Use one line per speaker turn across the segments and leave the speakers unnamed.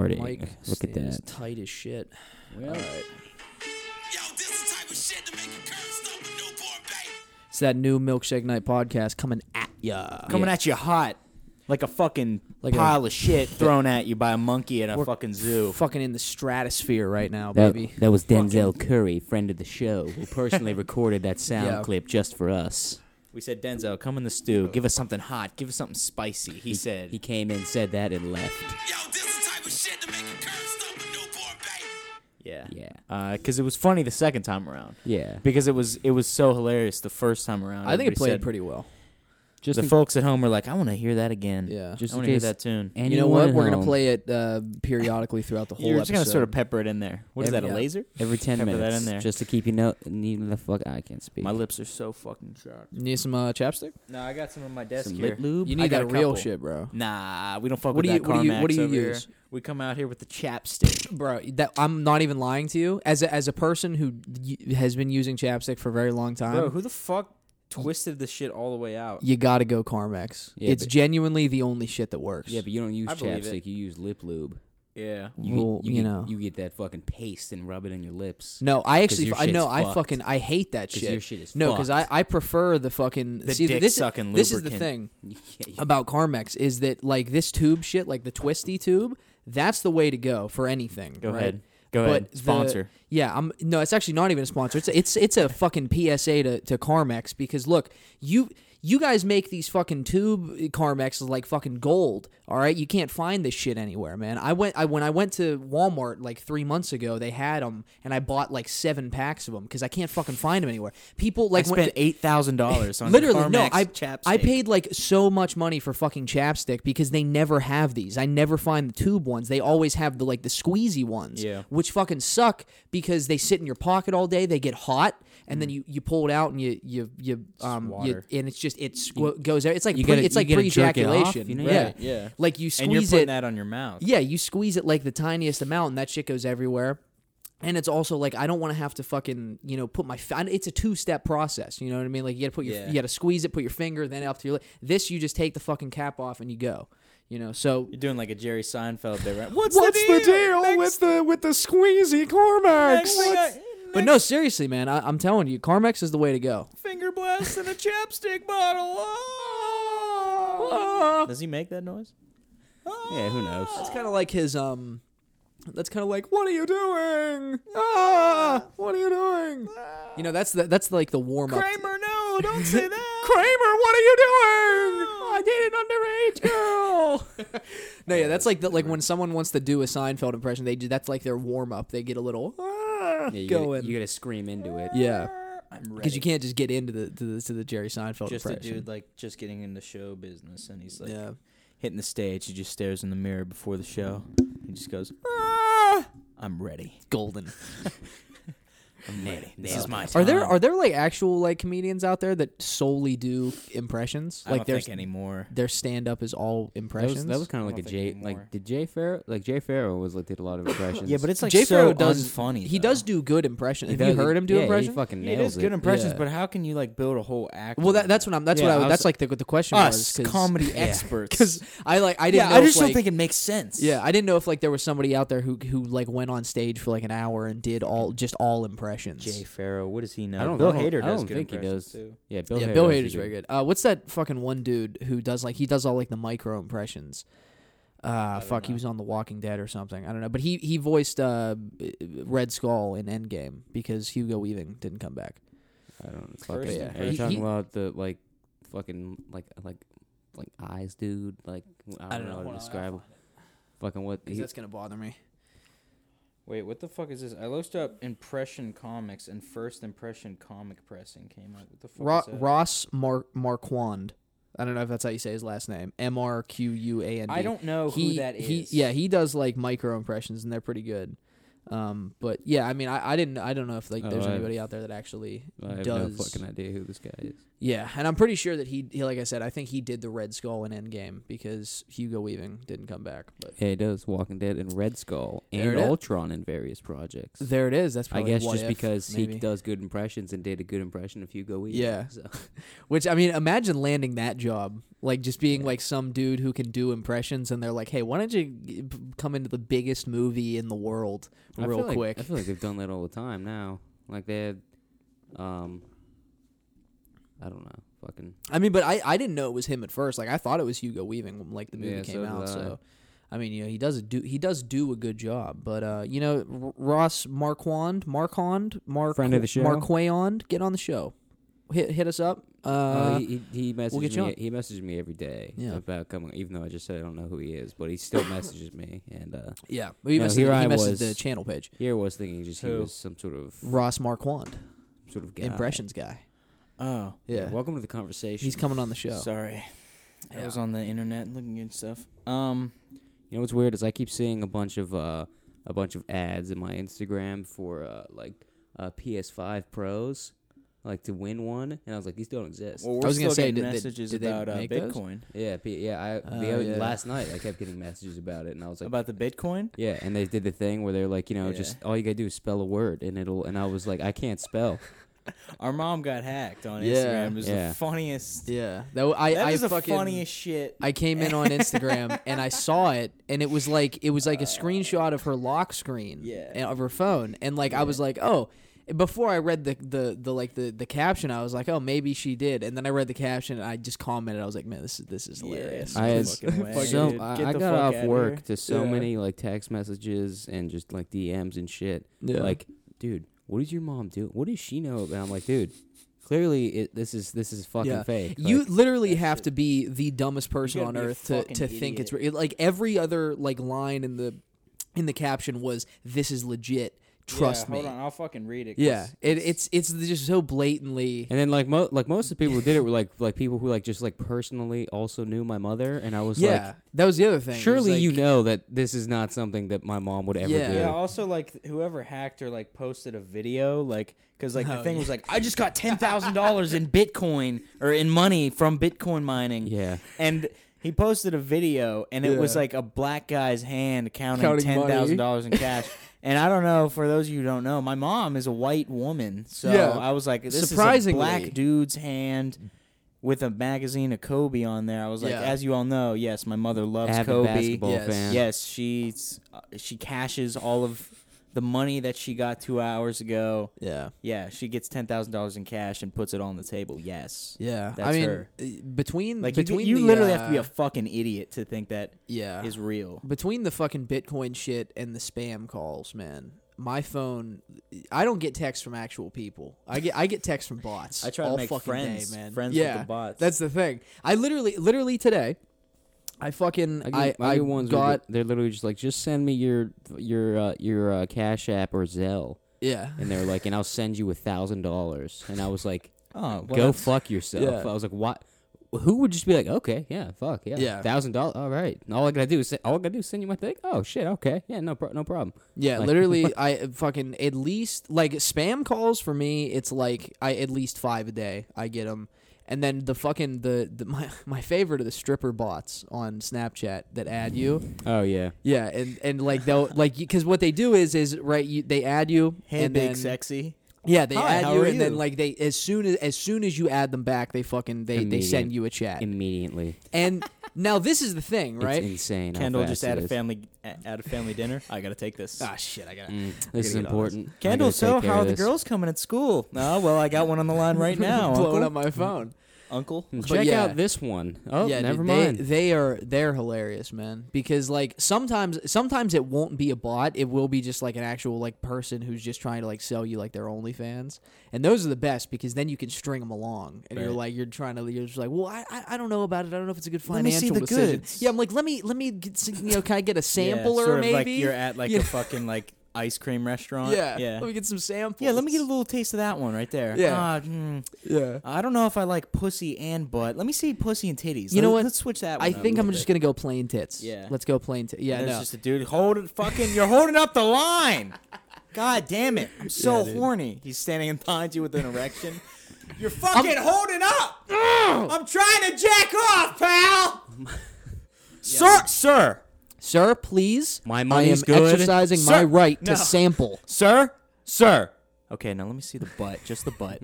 starting.
Mike
Look at
stands
that.
tight as shit.
Yo,
Well,
this is the type of shit to make a curse stop a newborn baby.
It's that new Milkshake Night podcast coming at ya.
coming at you hot, like a fucking
Like a-
pile of shit thrown at you by a monkey at a
We're
fucking zoo.
Fucking in the stratosphere right now,
That,
baby.
that was Denzel Curry, friend of the show, who personally recorded that sound
Yeah.
clip just for us.
We said, Denzel, come in the stew. Give us something hot. Give us something spicy. He, said,
He came in, said that, and left.
Yo, this is the type of shit to make a curse stop a newborn baby.
yeah,
Yeah.
because it was funny the second time around.
Yeah.
Because it was it was so hilarious the first time around.
I think it
Everybody
played
said-
pretty well.
Just
the
in-
folks at home are like, I want to hear that again.
Yeah.
Just
I
in
want to hear
case
that tune.
anyone
you know what?
at
We're gonna
home,
play it uh, periodically throughout the whole
You're just
episode.
gonna sort of pepper it in there. What is
Every-
that?
yeah.
A laser?
every ten
pepper that
minutes,
in there.
just to keep you know, needing the fuck I can't speak.
My lips are so fucking sharp.
need some uh, chapstick.
No, I got some on my desk
Some
here.
lip lube.
You
I
need
got
that
a
real
couple.
shit, bro.
Nah, we don't
What
fuck with
do
that
you- what do you-
Carmax
what do you
over
use?
here. We come out here with the chapstick.
Bro, that I'm not even lying to you. As a, as a person who y- has been using chapstick for a very long time,
Bro, who the fuck twisted this shit all the way out?
you gotta go Carmex.
Yeah,
it's
but-
genuinely the only shit that works.
yeah, but you don't use
I believe it.
chapstick. You use lip lube.
Yeah.
You,
Well,
get,
you
you, get-
know.
you get that fucking paste and rub it on your lips.
no, I actually,
your
I know,
shit's
I
fucked.
fucking, I hate that
'Cause
shit.
your shit is
no, because I,
fucked.
I prefer the fucking
The
see,
dick
this, is-
sucking
This is the
lubricant.
thing
Yeah, you-
about Carmex is that like this tube shit, like the twisty tube, that's the way to go for anything.
Go
right?
ahead. Go
But
ahead.
the-
Sponsor.
yeah, I'm no, it's actually not even a sponsor. It's it's it's a fucking PSA to, to Carmex because look, you you guys make these fucking tube Carmexes like fucking gold. All right, you can't find this shit anywhere, man. I went I when I went to Walmart like three months ago, they had them, and I bought like seven packs of them because I can't fucking find them anywhere. People like
I
went
spent
to-
eight thousand dollars on
Literally,
Carmex
no. I
chapstick.
I paid like so much money for fucking chapstick because they never have these. I never find the tube ones. They always have the like the squeezy ones,
Yeah.
which fucking suck because they sit in your pocket all day. They get hot, and
Mm.
then you you pull it out and you you you um you,
water.
and it's just it squ- goes. e-, It's like
you
pre,
gotta-
it's
you
like pre
gotta jerk it off,
ejaculation.
you know?
yeah.
Right,
yeah.
like you
and you're
squeeze
putting
it.
that on your mouth.
Yeah, you squeeze it like the tiniest amount, and that shit goes everywhere. And it's also like I don't want to have to fucking you know put my fi- it's a two step process. You know what I mean? Like you got to put your
Yeah.
you got to squeeze it, put your finger, then up to your lip. This you just take the fucking cap off and you go. You know, so
You're doing like a Jerry Seinfeld bit, right? What's,
the with the squeezy Carmex?
next thing I-
But no, seriously, man, I, I'm telling you, Carmex is the way to go.
finger blast in a chapstick bottle. Does he make that noise? Ah.
yeah, who knows?
That's kind of like his um. That's kind of like, what are you doing? Ah, what are you doing? You know, that's the, that's like the warm up.
no, don't say that.
Kramer, what are you doing? Oh, I did an underage girl. no, yeah, that's like the, like when someone wants to do a Seinfeld impression, they do that's like their warm up. They get a little ah,
Yeah, you gotta-
going,
You gotta scream into it.
yeah,
I'm
because
ready.
you can't just get into the to the, to the Jerry Seinfeld
Just a
impression.
dude like just getting into show business, and he's like
yeah,
hitting the stage. He just stares in the mirror before the show. He just goes, ah, "I'm ready.
golden.
I'm ready. This
nailed
is my time."
Are there are there like actual like comedians out there that solely do impressions?
I don't
like their
think anymore.
their stand up is all
That
impressions.
was, that was kind of
I
like a
don't
Jay.
think anymore.
Like did Jay Farrow? Like Jay Farrow was like did a lot of impressions.
Yeah, but it's like
Jay
so
Farrow does
funny.
He does do good impressions. Have you heard him do
yeah,
impressions?
He fucking
It
nails
is
it.
good impressions,
Yeah.
but how can you like build a whole act?
well, that,
around
that's what I'm. That's
Yeah,
what I.
I was-
that's like the the question was
Us
'cause-
comedy
Yeah.
experts.
because I like I didn't.
yeah,
know
I just
if, like,
don't think it makes sense.
Yeah, I didn't know if like there was somebody out there who who like went on stage for like an hour and did all just all impressions.
Jay Farrow, what does he know?
I don't.
Bill
I don't,
Hader
I
does
don't
good
think he
impressions,
does.
too.
Yeah, Bill.
yeah,
Hader
Bill
does
Hader's
do
very good. Uh, what's that fucking one dude who does like he does all like the micro impressions? Uh, fuck, he was on The Walking Dead or something. I don't know, but he he voiced uh Red Skull in Endgame because Hugo Weaving didn't come back.
I don't
First
fucking.
yeah.
Are you
He-
talking
he-
about the like, fucking like like like eyes, dude? Like I don't,
don't know.
know, how
Hold
to
on,
describe.
I'll
him. Fucking what?
Because
he-
that's gonna bother me.
Wait, what the fuck is this? I looked up impression comics and first impression comic pressing came up. What the fuck
Ro-
is that?
Ross Mar- Marquand. I don't know if that's how you say his last name. M R Q U A N D.
I don't know who
he,
that
he-
is.
yeah, he does like micro impressions, and they're pretty good. Um, but yeah, I mean, I, I didn't, I don't know if like
Oh,
there's
I-
anybody out there that actually
I have
does.
no fucking idea who this guy is.
yeah, and I'm pretty sure that he, he, like I said, I think he did the Red Skull in Endgame because Hugo Weaving didn't come back. But
Yeah, he does Walking Dead and Red Skull and
There it is.
Ultron in various projects.
there it is. That's
I
probably
guess
What
just
If,
because
maybe.
he does good impressions and did a good impression of Hugo Weaving.
Yeah.
so.
Which I mean, imagine landing that job, like just being like some dude who can do impressions, and they're like, "Hey, why don't you g- p- come into the biggest movie in the world
I
real
feel like-
quick?"
I feel like they've done that all the time now. Like they had, um, I don't know, fucking.
I mean, but I I didn't know it was him at first. Like I thought it was Hugo Weaving when like the movie
Yeah, so
came
did
out.
I.
So, I mean, you know, he does do he does do a good job. But uh, you know, R- Ross Marquand, Marquand, Mark
Friend of the show.
Marquand, get on the show. Hit hit us up. Uh,
Uh, he he he messaged
we'll get you
me.
on.
He messages me every day
Yeah.
about coming, even though I just said I don't know who he is, but he still messages me. And uh,
yeah, he
no,
messaged,
here
he
I
messaged
was.
the channel page.
here I was thinking just he
Who?
was some sort of
Ross Marquand,
sort of guy.
impressions guy.
Oh,
Yeah,
Welcome to the conversation.
he's coming on the show.
sorry. I
Yeah.
was on the internet looking at stuff. Um,
You know what's weird is I keep seeing a bunch of uh, a bunch of ads in my Instagram for uh, like uh, PS5 Pros, like to win one, and I was like, these don't exist.
well, we're
was gonna
still
say,
getting
did- did-
messages
did they
about uh,
make those?
Bitcoin.
Yeah, P- yeah. I the
Oh,
other,
yeah.
last night I kept getting messages about it, and I was like,
about the Bitcoin?
yeah. And they did the thing where they're like, you know,
Yeah.
just all you gotta do is spell a word, and it'll. And I was like, I can't spell.
Our mom got hacked on
Yeah.
Instagram. It was
Yeah.
the funniest.
Yeah, that w- I
that
I
is the
fucking
funniest shit.
I came in on Instagram and I saw it, and it was like it was like a screenshot of her lock screen,
Yeah.
and of her phone, and like I was like, oh. Before I read the, the, the like the, the caption, I was like, oh, maybe she did, and then I read the caption and I just commented. I was like, man, this is this is hilarious.
Get
I had
the fucking way,
so
dude. Get
I, I
the
got
fuck
off
outta
work
here.
to so
Yeah.
many like text messages and just like DMs and shit.
Yeah.
Like, dude, what does your mom do? What does she know? And I'm like, dude, clearly it, this is this is fucking
Yeah.
fake.
You
Like,
literally have to be the dumbest person
gotta
on
be a
earth to,
fucking
to think it's
idiot.
re- like every other like line in the in the caption was this is legit. Trust
yeah,
me.
Hold on, I'll fucking read it. 'cause
Yeah, it, it's it's just so blatantly.
and then like mo- like most of the people who did it were like like people who like just like personally also knew my mother, and I was
Yeah,
like.
that was the other thing. It was
Surely you
like-
know that this is not something that my mom would ever
Yeah.
do.
Yeah. Also, like whoever hacked or like posted a video, like because like the
Oh,
thing
yeah.
was like, I just got ten thousand dollars in Bitcoin or in money from Bitcoin mining.
Yeah.
And he posted a video, and it was
Yeah.
like a black guy's hand counting,
Counting
ten
money.
thousand dollars in cash. and I don't know. For those of you who don't know, my mom is a white woman, so
Yeah.
I was like, this
Surprisingly.
is a black dude's hand. With a magazine of Kobe on there, I was like,
Yeah.
as you all know, yes, my mother loves
Avid
Kobe.
basketball
Yes.
fan.
Yes, she's uh, she cashes all of the money that she got two hours ago.
Yeah,
Yeah, she gets ten thousand dollars in cash and puts it on the table. Yes.
yeah. I
That's
mean,
her.
uh, between
Like you,
between
you
the,
literally have to be
uh,
a fucking idiot to think that is
yeah
real.
between the fucking Bitcoin shit and the spam calls, man. My phone, I don't get texts from actual people. I get I get texts from bots.
I try to
all
make
fucking
friends-
day, man.
friends with
yeah,
the bots.
That's the thing. I literally, literally today, I fucking
I, get,
I
I
I
get ones where
got
they're literally just like, just send me your your uh, your uh, Cash App or Zelle,
yeah
and they're like, and I'll send you a thousand dollars, and I was like,
Oh,
go fuck yourself.
Yeah.
I was like, what? Who would just be like, okay, yeah, fuck, yeah,
Yeah.
thousand dollars, all right. And all I gotta do is, say, all I gotta do is send you my thing. Oh shit, okay, yeah, no, pro- no problem.
yeah.
Like-
literally, I fucking at least like spam calls for me. It's like I at least five a day. I get them. And then the fucking the, the my, my favorite are the stripper bots on Snapchat that add you.
Oh yeah,
Yeah, and and like they'll like because what they do is is right you they add you
Hey,
and
big
then,
sexy.
yeah they
Hi,
add
how
you
are
and then
you?
like they as soon as as soon as you add them back they fucking they they
Immediate.
send you a chat
immediately.
and now this is the thing right
It's insane. how
Kendall
fast
just
it
had a
is.
family at a family dinner. I gotta take this.
ah shit I gotta
Mm, this is
get on this.
important. I gotta
Kendall,
take
so
care
how
of
are the
this.
girls coming at school? Oh, well, I got one on the line right now.
blowing
uncle.
up my phone
uncle.
Check
yeah.
out this one. Oh,
yeah
never
dude,
mind.
they, they are they're hilarious man because like sometimes sometimes it won't be a bot it will be just like an actual like person who's just trying to like sell you like their OnlyFans and those are the best because then you can string them along and you're
Right.
like you're trying to you're just like well I I- I don't know about it I don't know if it's a good
Let me see
financial
the
decision
goods.
yeah I'm like let me let me get, s- you know can I get a
Yeah,
sampler
sort of
maybe
Like you're at like
You
a
know?
fucking like ice cream restaurant.
yeah.
yeah.
Let me get some samples.
Yeah, let me get a little taste of that one right there.
Yeah.
Ah, mm,
Yeah.
I don't know if I like pussy and butt. Let me see pussy and titties.
You
Let-
know what?
Let's switch that one.
I
up a
think I'm
little
just
bit.
gonna go plain tits.
Yeah.
Let's go plain tits. Yeah.
There's
no.
just a dude holding fucking. You're holding up the line. God damn it! I'm so horny. He's standing behind you with an erection. You're fucking holding up. I'm trying to jack off, pal. sir, sir,
Sir, please.
My
I am
money's good.
exercising
Sir-
my right
No.
to sample.
sir, sir. Okay, now let me see the butt. Just the butt.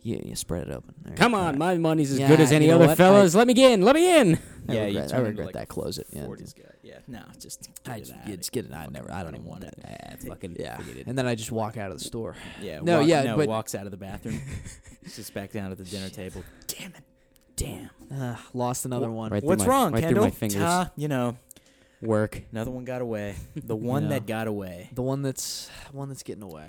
Yeah. You spread it open. There.
Come on, my money's as
Yeah,
good as any
you know
other
what?
fellas. let me in. Let me in.
I
yeah, you
regret, I
turn into,
regret
like,
that. Close it. Yeah.
40s guy. Yeah, no, just.
I
get
just,
out
yeah,
of
just get it. I never. I don't even want it.
fucking
Yeah.
forget it.
And then I just walk out of the store.
Yeah.
No,
walk-
yeah,
No,
but-
walks out of the bathroom. sits back down at the dinner table. Damn it.
Damn. Uh, lost another one.
right- through
What's
my-
wrong,
right through
Kendall?
my fingers.
Ta- you know,
Work.
another one got away. The one
Yeah.
that got away.
The one that's one that's getting away.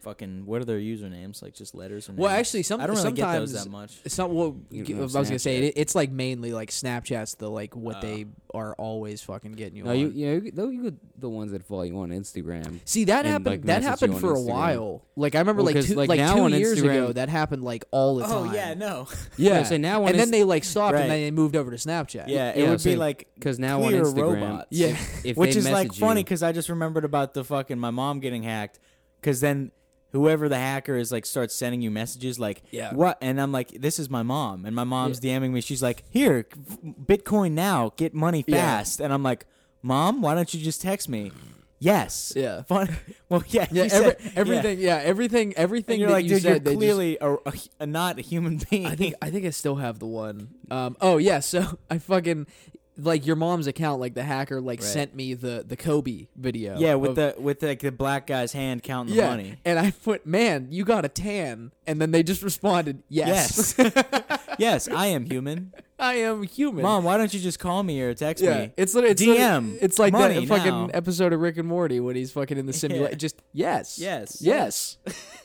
Fucking. What are their usernames? Like just letters and.
Well,
names?
actually, some-
I don't really get those
sometimes-
that much.
It's not what
You
g-
don't
I
have
was gonna say.
Snapchat.
It, it's like mainly like Snapchat's the like what
Oh.
they are always fucking getting
No,
Uh. you. on.
you, you, know, though you could, the ones that follow you on Instagram.
See that
and,
happened.
like, message
that
you
happened
on
for a
Instagram.
while. Like I remember,
Well,
like
'cause,
two,
like,
like,
now on
two years ago,
Instagram-
that happened like all the time.
Oh yeah, no.
Yeah. So now on
and then they like stopped,
Right.
and then they moved over to Snapchat.
Yeah, it
Yeah,
would be
same.
like
because now on
clear
Instagram,
robots.
if-
Yeah.
if
which
they
is like
message
funny
you-
because I just remembered about the fucking my mom getting hacked. Because then whoever the hacker is like starts sending you messages like,
Yeah.
what? And I'm like, this is my mom, and my mom's DMing me. She's like, here, Bitcoin now, get money
Yeah.
fast. And I'm like, mom, why don't you just text me? Yes.
Yeah.
Fun. Well, yeah.
yeah.
you
every-
said-
everything. Yeah. everything.
Yeah. And
Everything
you're
that
like,
you
dude,
said. they
you're
just-
clearly a, a, a- not a human being.
I think I think I still have the one. Um, oh yeah, so I fucking like your mom's account. Like the hacker like
Right.
sent me the the Kobe video.
yeah, with
of-
the with like the black guy's hand counting the
yeah,
money.
and I put man, you got a tan, and then they just responded, yes,
yes, I am human.
I am human.
Mom, why don't you just call me or text
yeah,
me?
it's literally it's
DM.
literally- it's like
money
that fucking
now.
episode of Rick and Morty when he's fucking in the simulation. Just yes,
Yes.
yes.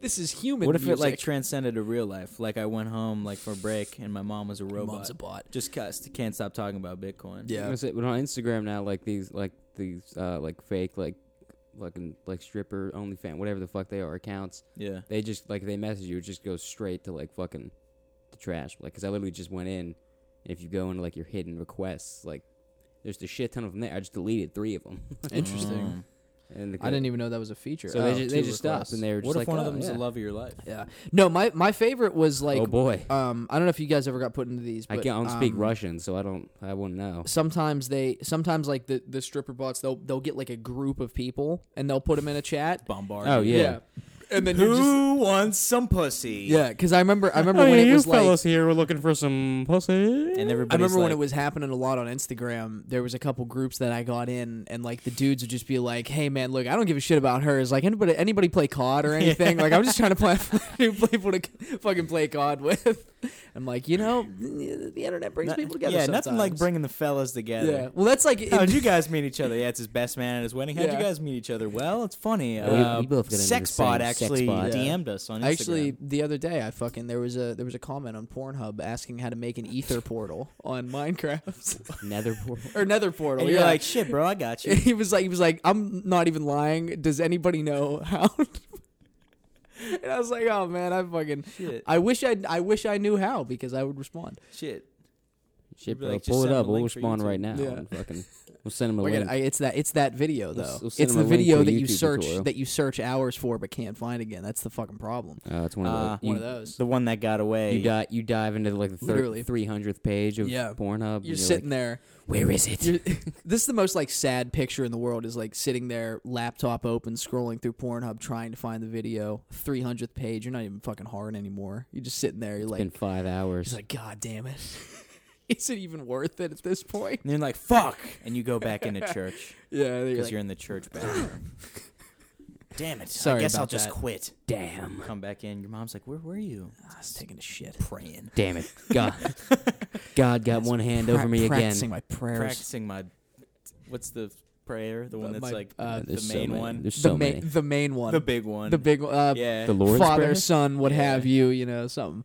this is human.
What if it like
music.
transcended to real life? Like I went home like for a break and my mom was a robot.
mom's a bot.
Just cussed. Can't stop talking about Bitcoin.
I
Yeah,
was gonna say, but on Instagram now, like these, like these, uh, like fake, like fucking like stripper OnlyFan, whatever the fuck they are accounts.
Yeah.
They just like they message you, it just goes straight to like fucking the trash. Like, cause I literally just went in. And if you go into like your hidden requests, like there's a shit ton of them there. I just deleted three of them.
interesting.
Mm.
and the
I didn't even know that was a feature.
So they
Oh,
ju- they
two
just stopped
requests.
and they were just
What
like,
if one of
oh,
them's
yeah.
the love of your life?
uh, Yeah. No, my my favorite was like
oh boy,
um I don't know if you guys ever got put into these.
I
but,
can't I don't speak
um,
Russian, so I don't. I wouldn't know.
Sometimes they sometimes like the the stripper bots they'll they'll get like a group of people and they'll put them in a chat.
Bombard.
Oh yeah.
And then
Who
you're just
wants some pussy?
yeah, because I remember I
Oh,
remember when it was like
here were looking for some pussy.
And
I
everybody's
remember when
like,
it was happening a lot on Instagram. There was a couple groups that I got in, and like the dudes would just be like, "Hey man, look, I don't give a shit about her. Is like anybody anybody play COD or anything? Like I'm just trying to play new people to fucking play COD with." I'm like, you know, the, the internet brings
no-
people together.
Yeah, nothing like
sometimes.
bringing the fellas together.
Yeah, well, that's like
How'd you guys meet each other? Yeah, it's his best man at his wedding. How'd
Yeah.
you guys meet each other? Well, it's funny.
Yeah, we-
uh,
we both got into the
Sexbot
same
actually
Sexbot.
DM'd us on Instagram.
Actually, the other day, I fucking there was a there was a comment on Pornhub asking how to make an ether portal on Minecraft
Nether portal.
or Nether portal.
and you're
Oh, yeah.
like, shit, bro, I got you.
he was like, he was like, I'm not even lying. Does anybody know how? and I was like, oh man, I fucking,
Shit.
I wish I, I wish I knew how because I would respond.
Shit.
Shit,
You'd be
bro,
like, just
pull it
send him
up.
a
We'll
link for
respond
YouTube.
right now.
Yeah.
and fucking, we'll send him a
We're
link.
gonna, I, it's that, it's that video though.
We'll s- we'll send
it's
him
the
a link to
video
a
that you
YouTube
search
tutorial.
that you search hours for but can't find again. That's the fucking problem.
uh, it's one of,
Uh,
the, you,
One of those.
The one that got away.
You, di- you dive into like
Literally.
the three hundredth page of
Yeah.
Pornhub. and
You're sitting there.
like, Where is it?
You're, this is the most like sad picture in the world. Is like sitting there, laptop open, scrolling through Pornhub, trying to find the video. Three hundredth page. You're not even fucking hard anymore. You're just sitting there. You're like,
In five hours.
He's like, God damn it. Is it even worth it at this point?
and then like, fuck. And you go back into church
Yeah. You're
because
like,
you're in the church bathroom. Damn it.
Sorry
I guess
about
I'll just
that.
quit.
damn,
Come back in. Your mom's like, where were you?
"Ah, I was taking a shit.
Praying.
damn it, God, God got one hand over
Pra-
me again.
Practicing my prayers.
Practicing my. What's the prayer? The one
The-
that's
my-
like
uh,
the
There's so
main
many.
one?
There's so
the,
many.
main, the main one.
The big one.
The big one. Uh,
Yeah.
The Lord's
father,
Prayer?
son, what
Yeah.
have you, you know, something.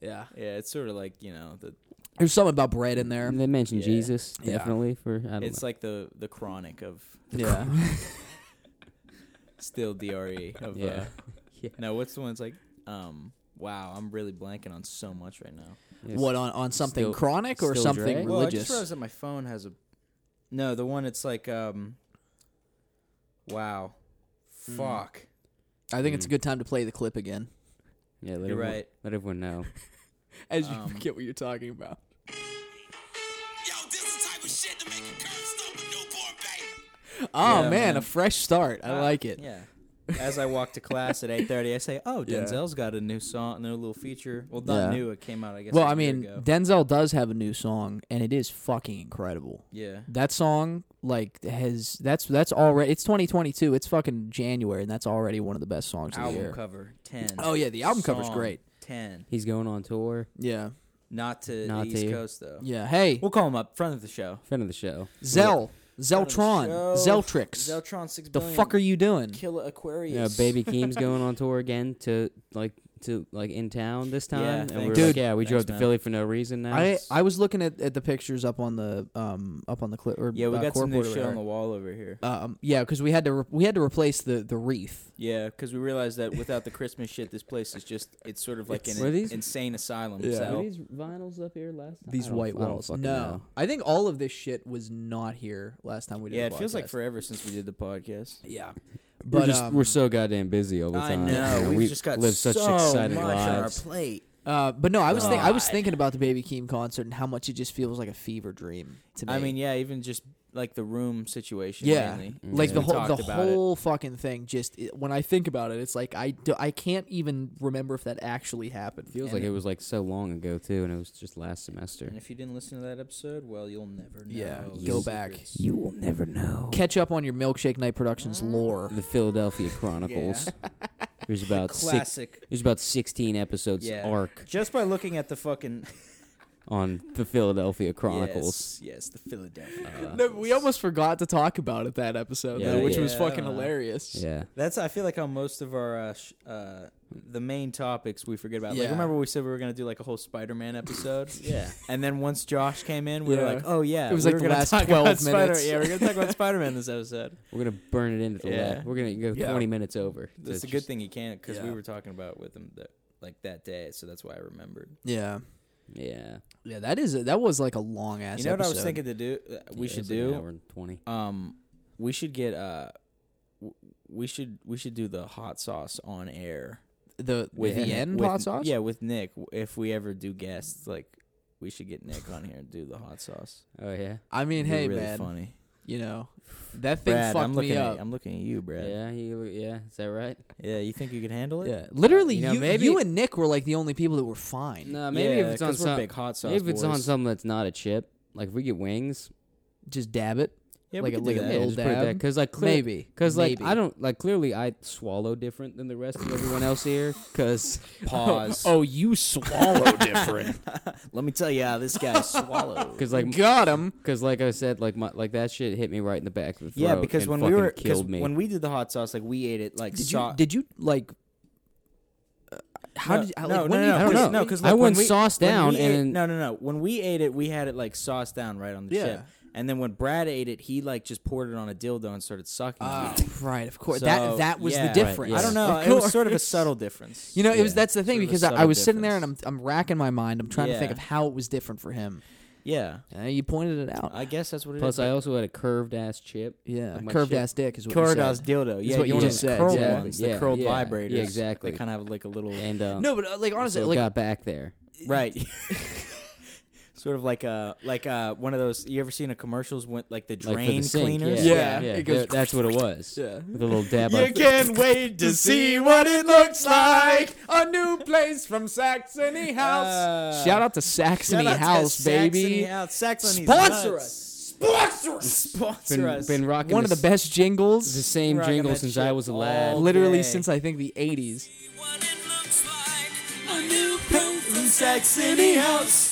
Yeah.
Yeah, it's sort of like, you know, the
There's something about bread in there.
And they mentioned
Yeah.
Jesus
Yeah.
definitely for I don't
It's
know.
like the the chronic of
Yeah.
still DRE of
yeah.
uh,
yeah.
no, what's the one that's like um wow, I'm really blanking on so much right now.
Yes.
what on, on something
Still-
chronic or
still
something
Drake?
Well, I just
religious?
realized that my phone has a No, the one it's like um wow. Fuck.
I think it's a good time to play the clip again.
Yeah, let
You're
everyone,
right.
Let everyone know.
As you
Um,
forget what you're talking about.
Yo, this is the type of shit to make a curb stump a newborn baby.
Oh man,
Yeah, man.
a fresh start. I like it.
Uh, Yeah. As I walk to class at 8:30, I say, "Oh,
Yeah.
Denzel's got a new song, new little feature. Well, not
Yeah.
new. It came out, I guess.
Well,
a
I
year
mean,
ago.
Denzel does have a new song, and it is fucking incredible.
yeah,
That song, like, has that's that's already it's 2022. It's fucking January, and that's already one of the best songs of the
album
year.
cover ten.
Oh yeah, the album cover's
Song,
great.
Ten.
He's going on tour.
Yeah,
Not to
Not
the East
to-
Coast though.
yeah. Hey,
We'll call him up front of the show.
Friend of the show.
Zell,
Friend
Zeltron,
of the show.
Zeltrix.
Zeltron six
the
billion.
fuck are you doing?
Killer
Yeah,
Aquarius.
Baby Keem's going on tour again to like to like in town this time. and we
thanks.
were
Dude.
like, yeah, we drove
Thanks,
to
man.
Philly for no reason. Now
I,
It's-
I was looking at, at the pictures up on the um up on the clip. Or,
Yeah, we
uh,
got some new
corporate or
shit on
whatever.
the wall over here.
Um, yeah, because we had to re- we had to replace the the wreath.
Yeah, because we realized that without the Christmas shit, this place is just, it's sort of like
It's-
an
Were these-
insane asylum.
Yeah.
Were
So.
these vinyls up here last time?
These
I don't-
white
I don't
walls. No,
fucking know.
I think all of this shit was not here last time we did.
Yeah,
the
it feels like
podcast.
forever since we did the podcast.
yeah.
we're
But
just
um,
we're so goddamn busy all the
I
time.
know.
You
We've
we
just got
live
so
such exciting
much on our
lives.
plate.
uh, but no, I was think, I was
God.
thinking about the Baby Keem concert and how much it just feels like a fever dream to me.
I mean, yeah, even just like the room situation.
yeah,
mainly.
like the
We
whole
talked
the
about it.
whole fucking thing. Just it, when I think about it, it's like I do, I can't even remember if that actually happened.
Feels
And
like it was like so long ago too, and it was just last semester.
And if you didn't listen to that episode, well, you'll never know.
Yeah,
the
go back.
secrets.
You will never know.
catch up on your Milkshake Night Productions
Mm.
lore.
The Philadelphia Chronicles. There's about six.
Classic.
There's about 16 episodes
Yeah.
arc
Just by looking at the fucking
on the Philadelphia Chronicles.
Yes, yes the Philadelphia.
No, we almost forgot to talk about it that episode,
Yeah,
though, which was
yeah.
fucking hilarious.
Yeah.
That's I feel like on most of our uh, sh- uh, the main topics we forget about. Like
Yeah.
remember we said we were gonna do like a whole Spider-Man episode.
Yeah.
And then once Josh came in, we were
Yeah.
like, oh yeah,
It was
we
like
were
the
gonna
last
talk
12
about Spider-
minutes.
yeah, we're gonna talk about Spider-Man this episode.
We're gonna burn it into the
Yeah.
lab. We're gonna go
Yeah.
20 minutes over. to
That's a good
just-
thing he can't because we
Yeah.
were talking about with him that like that day, so that's why I remembered.
Yeah.
Yeah.
Yeah, that is a, that was like a long ass.
you know what I was
episode.
thinking to do? Uh, we
Yeah,
should
it's like an
do.
hour and 20.
Um, we should get uh, w- we should we should do the hot sauce on air.
The with the
Nick-
end
with-
hot sauce.
Yeah, with Nick. If we ever do guests, like we should get Nick on here and do the hot sauce.
Oh yeah.
I mean,
It'd be
hey
really
man,
funny.
you know that thing
Brad,
fucked
I'm
me
looking
up.
at I'm looking at you, Brad.
Yeah.
Yeah,
You, yeah. Is that right?
you think you can handle it?
yeah, literally,
You know,
you,
maybe-
you and Nick were like the only people that were fine.
No. Uh, Maybe
Yeah,
if it's on
'cause we're
some.
big hot sauce.
maybe if it's on
boys.
something that's not a chip. Like if we get wings.
Just dab it.
yeah, we
like a-
could do
like a
that.
Yeah.
little
Just put it there.
dab.
Cause like clearly.
Maybe.
Cause like
Maybe.
I don't like clearly I swallow different than the rest of everyone else here. Cause
pause.
Oh, you swallow different.
Let me tell you how this guy swallowed.
Cause like
Got him.
Because, like I said, like my like that shit hit me right in the back of the throat.
Yeah, because
and
when we
fucking
were 'cause
killed me.
when we did the hot sauce, like we ate it like
Did
sau-
you did you like? uh, How
no,
did you, how-
no,
like,
no,
when
no,
did you-
I don't
when
know.
did-
No, because
I went sauce down and then-
no, no, no. When we ate it, we had it like sauce down right on the
Yeah.
chip, and then when Brad ate it, he like just poured it on a dildo and started sucking.
Oh,
it.
right, of course.
So,
that that was
yeah.
the difference.
yeah.
I don't know.
Of
It was sort of a
course.
subtle difference.
You know, it was
Yeah.
that's the thing
Sort of a
because I, I
subtle
was sitting there and I'm
difference.
I'm racking my mind. I'm trying to think
Yeah.
of how it was different for him.
yeah.
And you pointed it out.
I guess that's what it is.
plus I also had a curved ass chip.
yeah,
Like my
curved
chip-
ass dick is what you
curled
said.
ass dildo. Yeah,
what you
want
just
the
said,
curled
exactly.
ones, the
Yeah,
curled
yeah,
vibrators.
yeah, exactly.
They kind of have like a little
And uh,
No, but uh, like honestly,
so it
like
got back there.
right. Sort of like a like uh one of those. You ever seen a commercials when like the
Like
drain
for the sink.
cleaners?
Yeah,
Yeah, it
yeah,
goes-
that- that's what it was.
Yeah.
With a little dab. on-
can't wait to see what it looks like. A new place from Saxony House.
Uh,
shout out to Saxony
Shout out to
House,
Saxony
baby.
House. Saxony's
Sponsor
nuts.
Sponsor us.
Sponsor
been,
us.
been rocking
One of the
this-
best
the
jingles,
same
rocking
jingle
that
since
shit
I was a
all
lad.
literally
day.
since I think the '80s.
What it looks like. A new proof from Saxony House.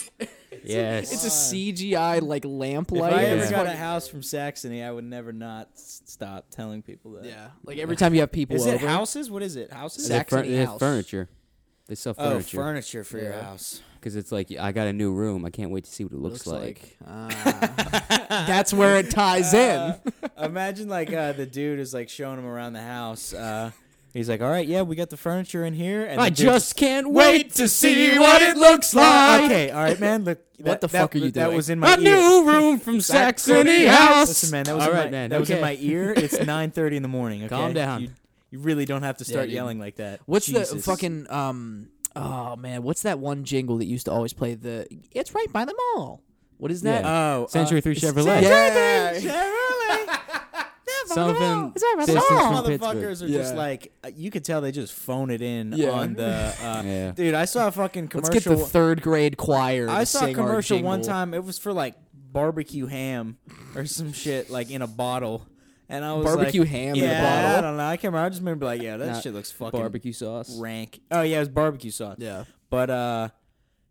Yes.
It's a CGI like
If
lamplight.
I
Yeah.
ever
It's
got a
fucking-
house from Saxony, I would never not s- stop telling people that.
yeah, like every time you have people
Is
over.
it houses? What is it? Houses?
They have fur-
Saxony
they have
house.
Oh,
furniture. They sell furniture.
furniture for
Yeah.
house.
because it's like I got a new room. I can't wait to see what it looks, like.
Ah. that's where it ties
Uh,
in.
Imagine like uh, the dude is like showing him around the house. Uh, he's like, "All right, yeah, we got the furniture in here." And
I
the dude's
just can't wait to see what it looks like.
Okay, all right, man. Look, that,
What the
that-
fuck are you
That
doing?
was in my
A
ear.
new room from Saxony House.
Listen, man, that was
All
in
right,
my,
man,
That was in
okay.
my e- ear. It's nine thirty in the morning. Okay?
Calm down.
You, you really don't have to start
dude.
yelling like that.
What's the
Jesus.
fucking um? Oh man, what's that one jingle that used to always play? The it's right by the mall. What is that?
Yeah.
Oh, uh,
Century Three Chevrolet.
Yeah.
Chevrolet.
Something.
Is that right?
distance
Some
from
motherfuckers
Pittsburgh.
are just
Yeah.
like uh, you could tell they just phone it in
Yeah.
on the uh,
Yeah.
dude. I saw a fucking
Let's
commercial.
get the third grade choir.
I
to
saw a
sing our
commercial one
jingle.
time. It was for like barbecue ham or some shit like in a bottle, and I was
Barbecue
like,
ham in
yeah,
a
I
bottle?
don't know. I can't remember. I just remember like yeah, that
Not
shit looks fucking
Barbecue sauce.
rank. Oh yeah, it was barbecue sauce.
Yeah.
But uh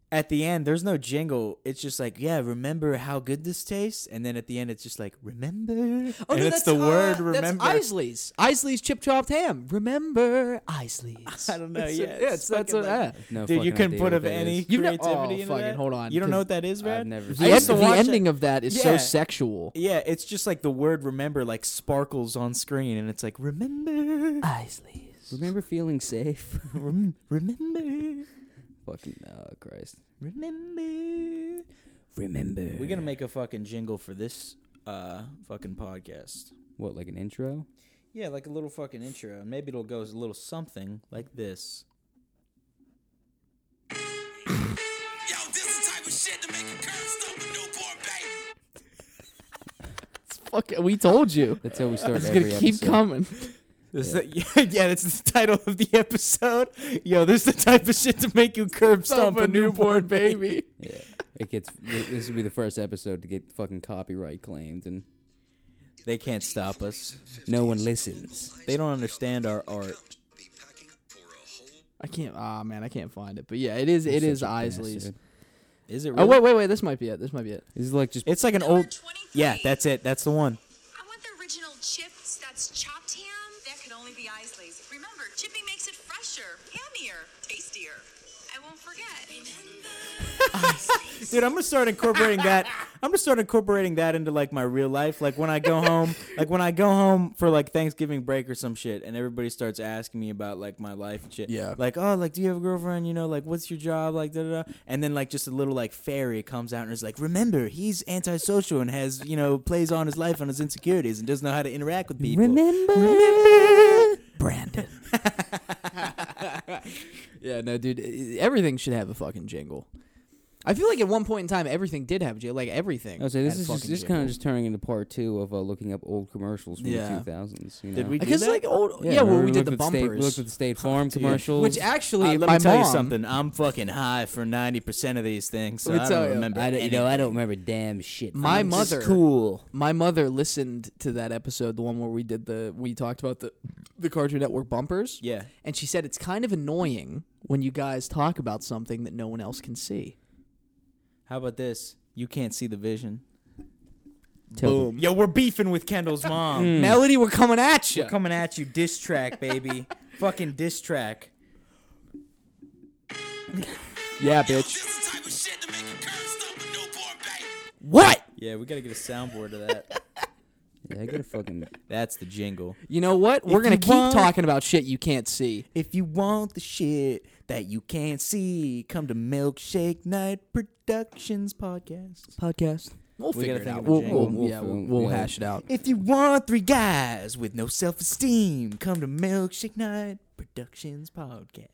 at the end there's no jingle. It's just like, yeah, remember how good this tastes? And then at the end it's just like, remember?
Oh,
and
no, that's
it's the
uh,
word
that's
remember.
Isley's. Isley's chip chopped ham. Remember Isley's.
I don't know,
It's-
yeah,
yeah,
it's
it's- that's
fucking
what.
like-
yeah.
No
Dude, you
fucking
couldn't
idea
put
what
of
that
any
is.
You know-
creativity
oh,
into
fucking
that?
hold on,
You don't know
'cause
what that is, man?
never
The,
seen
end,
used to
the
watch it-
ending of that is
Yeah.
so sexual.
Yeah, it's just like the word remember like sparkles on screen and it's like remember
Isley's.
Remember feeling safe?
rem- remember
Fucking oh Christ.
remember.
Remember.
We're gonna make a fucking jingle for this uh fucking podcast.
what like an intro?
Yeah, like a little fucking intro. and Maybe it'll go a little something like this.
Yo, this is the type of shit to make a curb stump a newborn baby.
Fuck, we told you.
That's how we start
It's
every
gonna keep
episode.
coming.
This yeah. yeah, that's the title of the episode. Yo, this is the type of shit to make you curb stomp a newborn baby.
Yeah. It gets. th- This will be the first episode to get fucking copyright claimed, and
They can't stop us.
no one listens.
They don't understand our art.
Be packing up for a whole
I can't. Ah, man, I can't find it. But yeah, it is. It
Such
is
a
Isley's.
bastard.
Is it? Really?
Oh wait, wait, wait. This might be it. This might be it.
This is like just.
It's like an
Number
old.
23.
Yeah, that's it. That's the one.
I want the original chips. That's chopped ham. That could only be Isley's. Remember, chipping makes it fresher, hammier, tastier. I won't forget.
Dude, I'm gonna start incorporating that. I'm gonna start incorporating that into like my real life. Like when I go home, like when I go home for like Thanksgiving break or some shit, and everybody starts asking me about like my life and shit.
Yeah.
Like, oh, like do you have a girlfriend? You know, like what's your job? Like da da da. And then like just a little like fairy comes out and is like, remember, he's antisocial and has you know plays on his life on his insecurities and doesn't know how to interact with people.
Brandon. yeah, no, dude. e- Everything should have a fucking jingle. I feel like at one point in time, everything did have a jingle. Like everything.
Oh, so this
had
is just,
fucking
this kind of
jingles.
just turning into part two of uh, looking up old commercials from
Yeah.
the 2000s. You know?
Did we-
Because
Do that? Uh,
like old. Yeah, well,
remember
we did
looked
the
at State, we
bumpers.
looked at the State Farm commercials.
which actually,
Uh, let
my
me tell
mom,
you something. I'm fucking high for ninety percent of these things, so
Let me
I
tell
don't
you,
remember.
I don't, you know,
anything.
I don't remember damn shit. from
My
this.
This is
mother-
cool.
My mother listened to that episode, the one where we did the we talked about the the Cartoon Network bumpers.
Yeah.
and she said it's kind of annoying when you guys talk about something that no one else can see.
How about this? You can't see the vision.
Tell them.
Yo, we're beefing with Kendall's mom.
Melody, we're coming at you.
Coming at you, diss track, baby. Fucking diss track.
yeah,
Yo,
bitch.
this is the type of shit to make a curb stump a newborn baby.
What?
Yeah, we gotta get a soundboard of that.
Yeah, I get a fucking.
That's the jingle.
You know what? We're
If
gonna
you
keep
want-
talking about shit you can't see.
If you want the shit that you can't see, come to Milkshake Night Productions podcast.
Podcast. We'll
We
figure
gotta
it
think
out.
of a
We'll,
jingle.
we'll,
We'll
yeah,
figure-
we'll, we'll
yeah.
hash it out.
If you want three guys with no self esteem, come to Milkshake Night Productions podcast.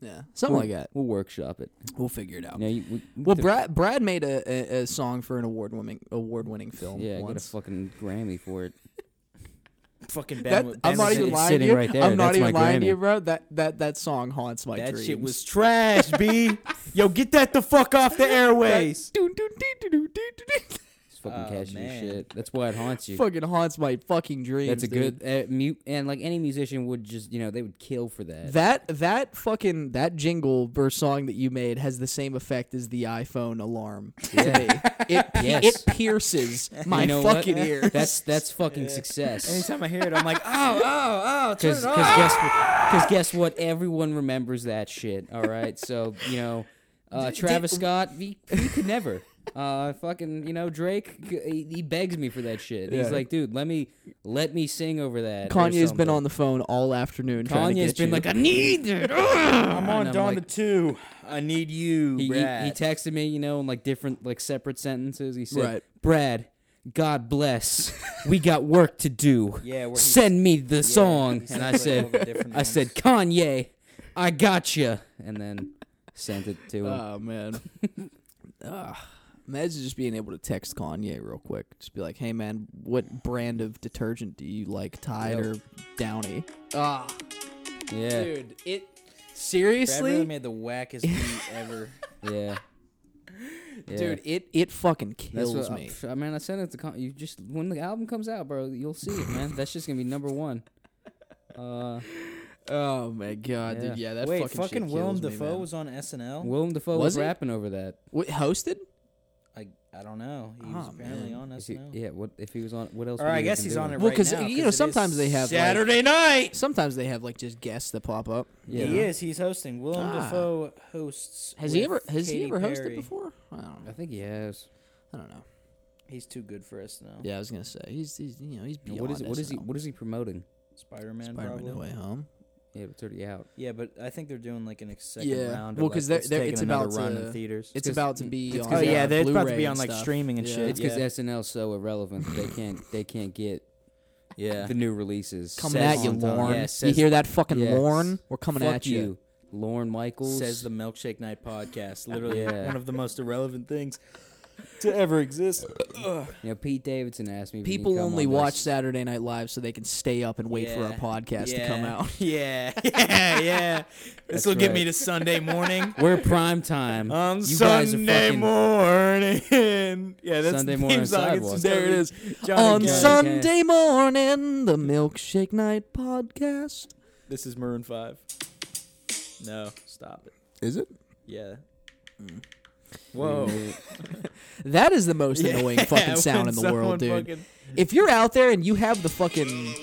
Yeah, something like that.
We'll workshop it.
We'll figure it out.
Yeah, you, we,
Well, Brad Brad made a, a, a song for an award winning award winning film.
Yeah, I get a
once.
fucking Grammy for it.
Fucking
That-
Ben, ben
I'm not
was in
even
it.
it's
lying to
sitting
you.
right there.
I'm not
That's
even
my
lying to
Grammy.
you, bro. That that that song haunts my
That
dreams.
shit was trash, B. Yo, get that the fuck off the airways.
It's fucking
Oh,
catchy as
man.
shit. That's why it haunts you.
fucking haunts my fucking dreams.
That's a
dude.
good uh, mute, and like any musician would just you know they would kill for that.
That that fucking that jingle or song that you made has the same effect as the iPhone alarm to me. It pe-
Yes.
it pierces my
you know what?
fucking ear.
That's that's fucking success.
Anytime I hear it, I'm like, oh, oh, oh, turn
Because
it off.
guess because guess what? Everyone remembers that shit. All right, so you know, uh, Travis Scott, he, he could never. Uh, fucking, you know, Drake, he, he begs me for that shit.
Yeah.
He's like, dude, let me let me sing over that. or
Kanye's been
something."
on the phone all afternoon. trying to
Kanye's
get
been
you.
like, I need it.
I'm
on
on
Dawn
Dawn the
the
Two. I need you,
He, he, he
Brad.
texted me, you know, in like different, like separate sentences. He said,
Right.
Brad, God bless. We got work to do.
Yeah, where he-
Send me the song.
he
And
sent,
I
like, all the
said,
different
I said, Kanye, I gotcha. And then sent it to him.
Oh man. Ugh. Imagine just being able to text Kanye real quick. Just be like, "Hey man, what brand of detergent do you like, Tide
Yep.
or Downy?" Ah,
yeah.
dude, it
Brad really
seriously,
made the wackest beat ever.
Yeah. Yeah.
dude, it it fucking
That's
kills
what,
me.
I, I mean, I sent it to Con- you. Just when the album comes out, bro, you'll see it, man. That's just gonna be number one. Uh,
Oh my god, dude,
Yeah.
yeah, that
Wait,
fucking,
fucking,
shit
Willem
kills me,
Dafoe
man.
was on SNL.
Willem Dafoe
Was
was,
he?
rapping over that.
Wait, hosted.
I I don't know. He was
Oh,
apparently
man.
on
Is he-
SNL.
yeah, what if he was on? What else?
Or
would he
I
have
guess
been
he's on
doing?
it
Well,
right
'cause,
now.
you know,
it is
sometimes they have, like-
Saturday night.
Sometimes they have like just guests that pop up.
Yeah.
He is. He's hosting. Willem
Ah.
Dafoe hosts.
Has he
with
ever has
Katy
he ever hosted
Perry.
before? I don't
I
know.
think he has.
I don't know.
He's too good for SNL.
Yeah, I was gonna say he's, he's you know he's
Now,
beyond
What is it? What is he?
SNL.
What is he promoting?
Spider-Man,
Spider-Man
probably.
No Way Home.
Yeah, it's already out.
Yeah, but I think they're doing like an ex- second
Yeah.
round.
Well, 'cause
because
they're- they're-
taking
it's
another
about
run
to-
in theaters.
It's,
'cause-
about to be.
it's
on,
'cause,
uh,
yeah,
Oh, they're about to
Blu-ray
be on, like,
stuff.
streaming and
Yeah.
shit.
It's because
yeah.
SNL's so irrelevant. that They can't. They can't get
yeah.
the new releases.
Coming
Says
at you,
on time.
Lorne.
Yeah,
you
says-
hear that fucking
yeah,
Lorne?
s-
We're coming
fuck
at you.
Lorne Michaels
says the Milkshake Night podcast. Literally
Yeah.
one of the most irrelevant things to ever exist.
You know, Pete Davidson asked me. if he could
People
come
only
on
watch
this.
Saturday Night Live so they can stay up and wait for our
Yeah.
podcast to come
Yeah.
out.
Yeah, yeah, yeah. this will get me to Sunday morning.
We're prime time.
On
you guys are
Sunday
fucking.
morning. Yeah, that's
Sunday
the
morning
theme song. It's
sidewalk.
Johnny-
There it is.
Johnny
on
Cash.
Sun-
Sunday morning, the Milkshake Night podcast.
This is Maroon 5. No, stop it.
Is it?
Yeah.
Mm.
Whoa.
That is the most annoying fucking
when
sound in the world,
someone
dude.
fucking-
If you're out there and you have the fucking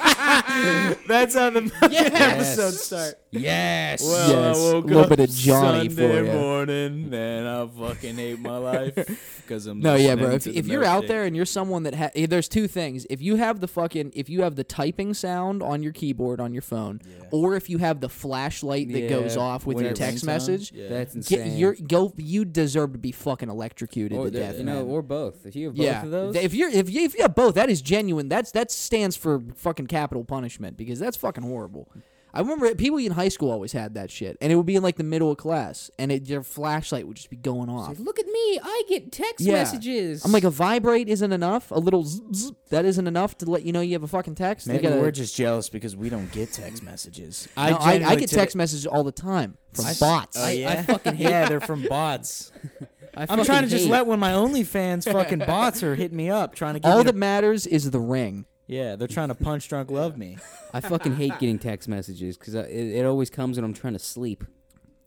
That's how the episodes start.
yes.
Well,
Yes,
I woke
little
up
bit of Johnny for
Sunday
ya.
morning, and I fucking hate my life because I'm
No, yeah, bro.
listening
If,
to the
if you're out
milkshake.
there and you're someone that ha- eh, there's two things. If you have the fucking if you have the typing sound on your keyboard on your phone, or if you have the flashlight that
Yeah,
goes off with
when
your
it
text
ringtone?
message,
Yeah.
That's
get
insane.
your go. You deserve to be fucking electrocuted
or
to
the-
death.
you know,
man.
or both. If you have both
yeah,
of those,
Th- if you're if you, if you have both, that is genuine. That's that stands for fucking capital punishment because that's fucking horrible. I remember people in high school always had that shit, and it would be in like the middle of class, and it, your flashlight would just be going off.
Look at me. I get text
Yeah.
messages.
I'm like, a vibrate isn't enough. A little zzz, zzz, that isn't enough to let you know you have a fucking text. They
Maybe
gotta-
we're just jealous because we don't get text messages.
No, I, I,
generally
get
to-
text messages all the time from bots.
Oh, yeah? fucking yeah, they're from bots.
I
I'm trying to just let one of my OnlyFans fucking bots are hitting me up trying to get
all
me
that
to-
matters is the ring.
yeah, they're trying to punch drunk love me.
I fucking hate getting text messages because it, it always comes when I'm trying to sleep.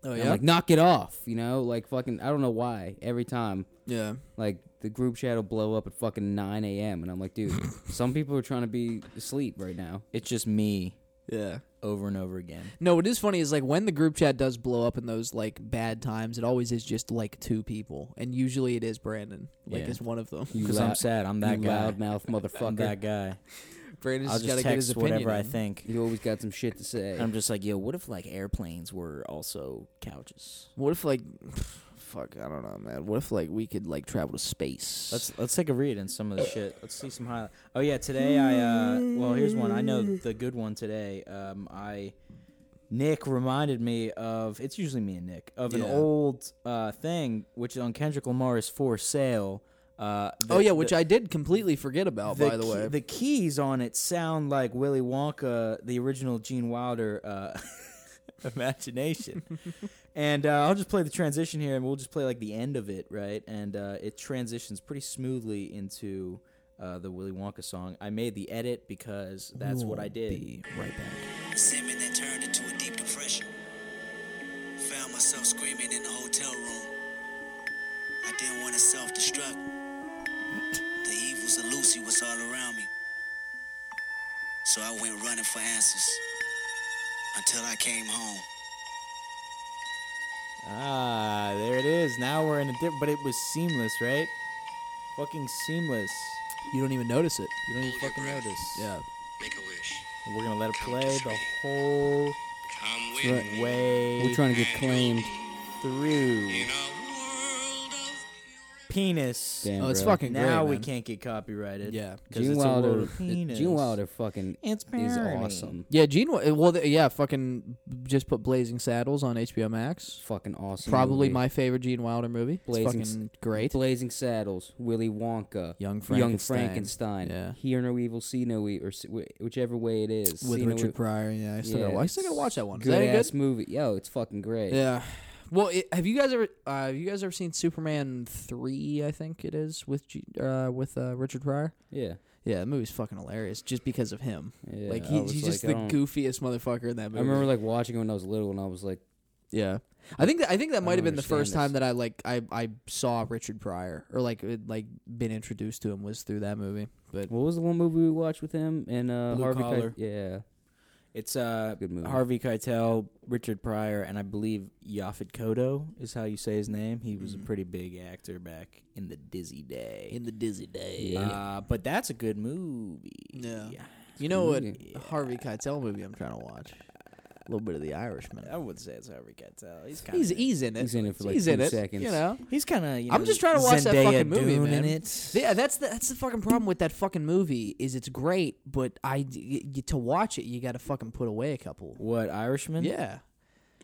Oh
And I'm like, knock it off. You know, like fucking. I don't know why. Every time,
yeah.
like the group chat will blow up at fucking 9 a.m. and I'm like, dude, some people are trying to be asleep right now.
It's just me
Yeah.
over and over again.
No, what is funny is like when the group chat does blow up in those like bad times, it always is just like two people, and usually it is Brandon. Like,
Yeah.
is one of them.
You
Because I'm sad. I'm that
you
guy.
loudmouth
I'm
motherfucker.
that guy.
Brandon's
I'll
just gotta
just
get his
text
opinion.
whatever I
in.
think.
You always got some shit to say.
I'm just like, yo, what if like airplanes were also couches?
What if like, fuck, I don't know, man. What if like we could like travel to space?
Let's let's take a read in some of the shit. Let's see some highlights. Oh yeah, today I uh well here's one. I know the good one today. Um I Nick reminded me of it's usually me and Nick of an
Yeah.
old uh thing which on Kendrick Lamar is for sale. Uh the-
oh yeah,
the-
which I did completely forget about, by the
key-
way.
the keys on it sound like Willy Wonka, the original Gene Wilder uh, imagination. And uh, I'll just play the transition here, and we'll just play like the end of it, right? And uh, it transitions pretty smoothly into uh, the Willy Wonka song. I made the edit because that's what I did.
right back.
Salmon that turned into a deep depression. Found myself screaming in the hotel room. I didn't want to self destruct. The evils of Lucy was all around me. So I went running for answers until I came home.
Ah, there it is. Now we're in a different, but it was seamless, right? Fucking seamless.
You don't even notice it.
You don't even fucking notice.
Yeah.
Make a wish.
And We're gonna let it play the whole
Come with me.
way
We're trying to get claimed.
Oh, through.
In a world of
Penis.
Damn,
Oh, it's
bro.
fucking great.
Now we
man.
can't get copyrighted.
Yeah.
because
Gene
it's a world
Wilder.
of penis.
Gene Wilder fucking
It's
is
parody.
awesome.
Yeah, Gene. Wa- Well, th- yeah, fucking just put Blazing Saddles on HBO Max.
Fucking awesome.
Probably
movie.
my favorite Gene Wilder movie. It's
Blazing
fucking great.
Blazing Saddles, Willy Wonka,
Young
Young
Frankenstein.
Frankenstein,
Yeah.
Hear No Evil, See No Evil, or see, wh- whichever way it is.
with
See No
Richard
Evil.
Pryor. Yeah, I still,
Yeah,
gotta, I still gotta
it's
watch that one. Is
Good
that any
ass
good?
movie. Yo, it's fucking great.
Yeah. Well, it, have you guys ever uh, have you guys ever seen Superman three? I think it is with G, uh, with uh, Richard Pryor.
yeah.
Yeah, that movie's fucking hilarious just because of him.
Yeah,
like
I
he,
was
he's
like,
just
I
the
don't-
goofiest motherfucker in that movie.
I remember like watching it when I was little, and I was like,
yeah, I think that, I think that might have
don't
been the
understand
first time
this.
that I like I, I saw Richard Pryor or like it, like been introduced to him was through that movie. But
"What was the one movie we watched with him and uh,
Blue
Harvey?" Keitel?
Collar.
yeah,
It's uh
Good movie.
Harvey Keitel, Richard Pryor, and I believe Yaphet Kodo is how you say his name. He was
Mm-hmm.
a pretty big actor back in the dizzy day.
the dizzy day,
uh, but that's a good movie.
yeah. You know what Harvey Keitel movie I'm trying to watch? A little bit of The Irishman.
I would say it's Harvey Keitel. He's kind
He's
of
he's in it.
He's in it for, like,
he's
two
in it,
seconds.
You know.
he's kind of. You know,
I'm just trying to watch that
Zendaya
fucking movie,
Dune
man.
In it.
Yeah, that's the, that's the fucking problem with that fucking movie is it's great, but I y- y- to watch it you got to fucking put away a couple.
What Irishman?
Yeah,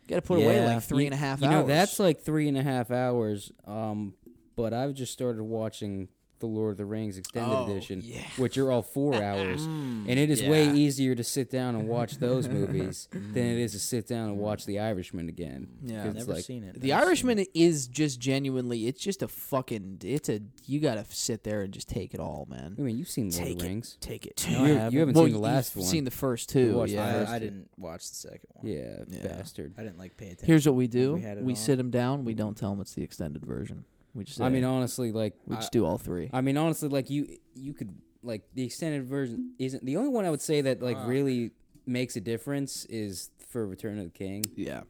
you got to put away
Yeah.
like three and a half
you
hours.
know that's like three and a half hours. Um, but I've just started watching the Lord of the Rings extended
Oh,
edition,
yeah. Mm,
which are all four hours, and it is way
yeah. Mm.
easier to sit down and watch those movies than it is to sit down and watch The Irishman again.
Yeah.
'Cause
I've
it's
never
like,
seen it.
the
Never seen
Irishman is just genuinely it's just a fucking it's a you got to sit there and just take it all,
I
man.
mean, you've seen Lord
Take
of
it.
the Rings.
Take it.
You, you haven't seen the
you've
last one.
Seen the first two.
watched the
Yeah.
first
I, I didn't watch the second one.
yeah,
Yeah.
bastard.
I didn't like pay attention.
Here's what we do:
We
we,
had it
sit 'em
on.
sit them down. We don't tell them it's the extended version. We just say,
I mean, honestly, like
we just do all three.
I mean, honestly, like you, you could like the extended version isn't the only one I would say that like really makes a difference is for Return of the King,
yeah,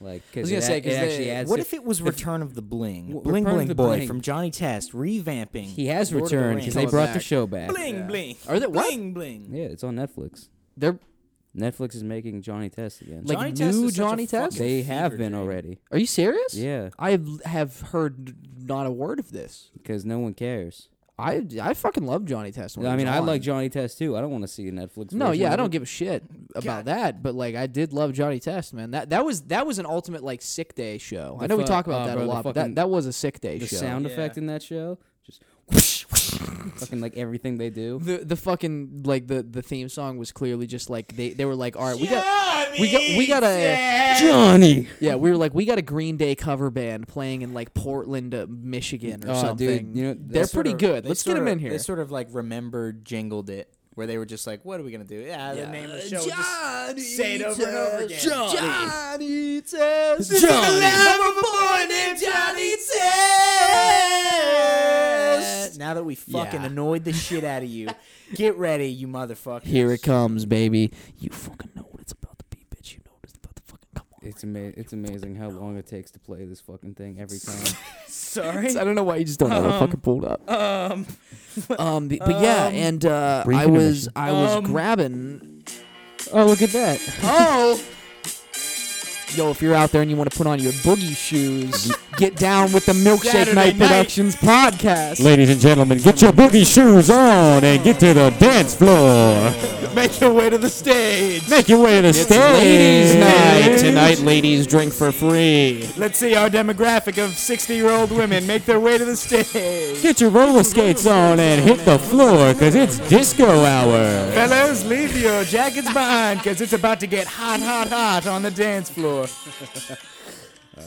like because
was
it,
gonna
a-
say,
it
'cause
actually
they-
adds.
What
to-
if it was Return of the Bling?
W-
Bling
Return of
Bling
the
Boy
Bling.
from Johnny Test revamping.
he has
Lord of the
returned because they
Rings.
brought the
Comes
show back?
bling
Yeah.
bling.
Are they- what?
Bling bling.
Yeah, it's on Netflix.
they're
Netflix is making Johnny Test again.
Like,
Johnny
new
Test is such a
Johnny Test?
fucking
they
fever
have been
dream.
already
Are you serious?
Yeah.
I have- have heard not a word of this.
because no one cares.
I I fucking love Johnny Test. when
I
it
mean,
was
I
on.
like Johnny Test too. I don't want to see a Netflix.
No,
version
yeah,
of
I
it.
don't give a shit about that, but like I did love Johnny Test, man. That that was that was an ultimate like sick day show. I
The
know we
fu-
talk about
uh,
that
bro,
a
the
lot, but
fucking-
that, that was a sick day
the
show.
sound
Yeah.
effect in that show. Just whoosh, whoosh, fucking like everything they do.
the the fucking like the the theme song was clearly just like they they were like, "All right, we got we got we got a
Johnny.
yeah, we were like we got a Green Day cover band playing in like Portland, uh, Michigan or
Oh,
something.
dude, you know, they
they're
sort
pretty
of-
good.
they
Let's get
sort
them
of-
in
They
here.
sort of like remembered jingled it, where they were just like, "What are we gonna do? Yeah, the name of the show. Just say it over and over again. Johnny,
Johnny Test.
Johnny. of a boy named Johnny Test. Now that we fucking
Yeah.
annoyed the shit out of you, get ready, you motherfuckers.
Here it comes, baby. You fucking know what it's about to be, bitch. You know what it's about to fucking come on.
It's ama- It's amazing how long it takes to play this fucking thing every time.
Sorry.
I don't know why you just don't know. I fucking pulled up. Um, the- but yeah, and uh, I was I was grabbing.
oh, look at that!
Oh, yo, if you're out there and you want to put on your boogie shoes, get down with the Milkshake
Saturday
Night,
night.
Productions podcast.
Ladies and gentlemen, get your boogie shoes on and get to the dance floor.
Make your way to the stage.
Make your way to the stage.
Ladies' night tonight. Ladies drink for free.
Let's see our demographic of 60 year old women make their way to the stage.
Get your roller skates on and hit the floor because it's disco hour.
Fellas, leave your jackets behind because it's about to get hot, hot, hot on the dance floor.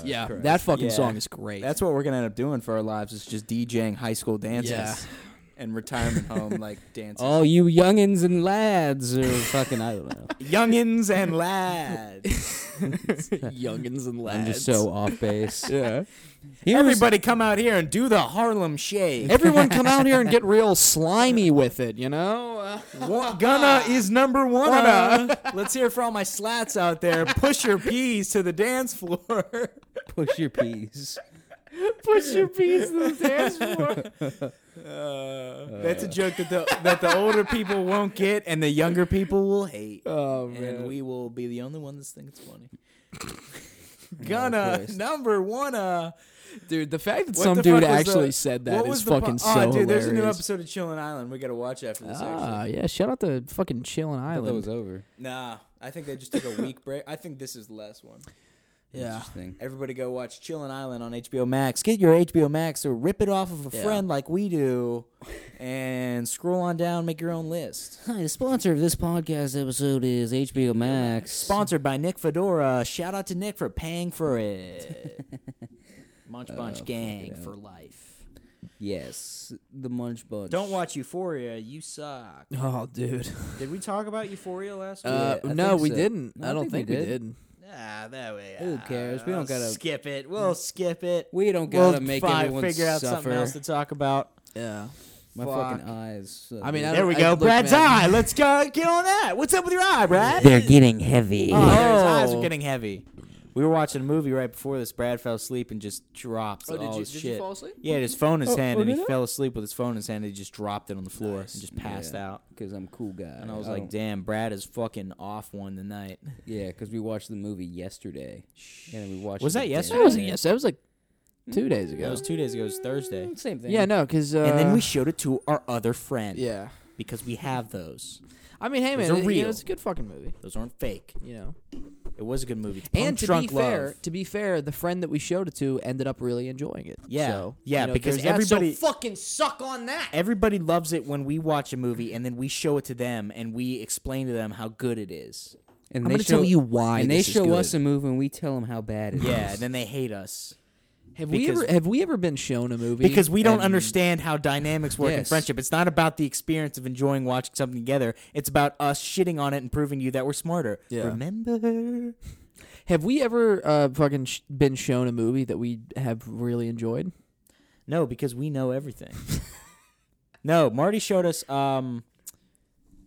yeah, that fucking
Yeah.
song is great.
That's what we're gonna end up doing for our lives is just DJing high school dances
Yeah. Oh.
and retirement home like dances.
All you youngins and lads are fucking. I don't know.
Youngins and lads.
youngins and lads.
I'm just so off base.
yeah.
Everybody come out here and do the Harlem Shake.
Everyone come out here and get real slimy with it, you know? Uh,
What- Gunna is number one. Let's hear it for all my slats out there. Push your peas to the dance floor.
Push your peas.
push your piece to the dance floor.
Uh, That's a joke that the that the older people won't get and the younger people will hate.
Oh,
and
man.
we will be the only ones that think it's funny. Gunna number one. Uh,
Dude, the fact that
what
some
the
dude
fuck was the-
actually said
what
that
was
is
the po-
fucking
oh,
so
dude,
hilarious.
there's a new episode of Chillin' Island. We gotta watch after this.
Ah,
actually,
yeah. Shout out to fucking Chillin' Island.
That was over.
nah, I think they just took a week break. I think this is the last one.
yeah.
Interesting.
Everybody go watch Chillin' Island on HBO Max. Get your HBO Max or rip it off of a friend like we do, and scroll on down, make your own list.
Hi, the sponsor of this podcast episode is HBO Max.
Sponsored by Nick Fedora. Shout out to Nick for paying for it. Munch Bunch Gang for life.
yes, the Munch Bunch.
Don't watch Euphoria. You suck.
Oh, dude.
Did we talk about Euphoria last week?
Uh,
I
no,
think
we
so.
didn't.
No,
I don't think, we did.
ah, that way.
Who
ah,
cares? We don't gotta-
skip it. We'll skip it.
We don't
We'll
gotta make
fi-
everyone
figure out
suffer.
something else to talk about.
Yeah.
My
Fuck.
fucking eyes. uh,
I mean, I
There
don't-
we
I-
go.
look,
Brad's
man.
eye. Let's go. Get on that. What's up with your eye, Brad?
They're getting heavy.
Oh, his eyes
Oh.
are getting heavy. We were watching a movie right before this. Brad fell asleep and just dropped
Oh, did
all
you-
his
did you
shit.
fall asleep?
Yeah, his phone in his hand,
oh,
and he
did I?
fell asleep with his phone in his hand. And he just dropped it on the floor and just passed out.
because I'm a cool guy.
And I
Oh.
was
I
like,
don't-
"Damn, Brad is fucking off one tonight."
yeah, because we watched the movie yesterday, and then we watched.
Was
it
that
again.
yesterday?
That wasn't yes. That was like two days
That
ago.
was two days ago. It was Thursday.
Same thing.
Yeah, no, because. Uh,
and then we showed it to our other friend.
Yeah.
because we have those.
I mean, hey,
Those
man.
are
it- you
real.
know, it's a good fucking movie.
Those aren't fake.
You know?
It was a good movie.
and
Punk
to
Drunk
be fair,
Love.
to be fair, the friend that we showed it to ended up really enjoying it.
Yeah.
So,
Yeah,
you know,
because
there's that. So
everybody-
fucking suck on that.
everybody loves it when we watch a movie and then we show it to them and we explain to them how good it is.
and
I'm
they
gonna tell
show-
you why
And they
this is
show us
good.
a movie, and we tell them how bad it is.
Yeah, then they hate us
Have
because-
we ever have we ever been shown a movie
because we don't
and-
understand how dynamics work in
Yes.
friendship. It's not about the experience of enjoying watching something together. It's about us shitting on it and proving you that we're smarter.
Yeah.
Remember?
Have we ever uh, fucking sh- been shown a movie that we have really enjoyed?
No, because we know everything. no, Marty showed us um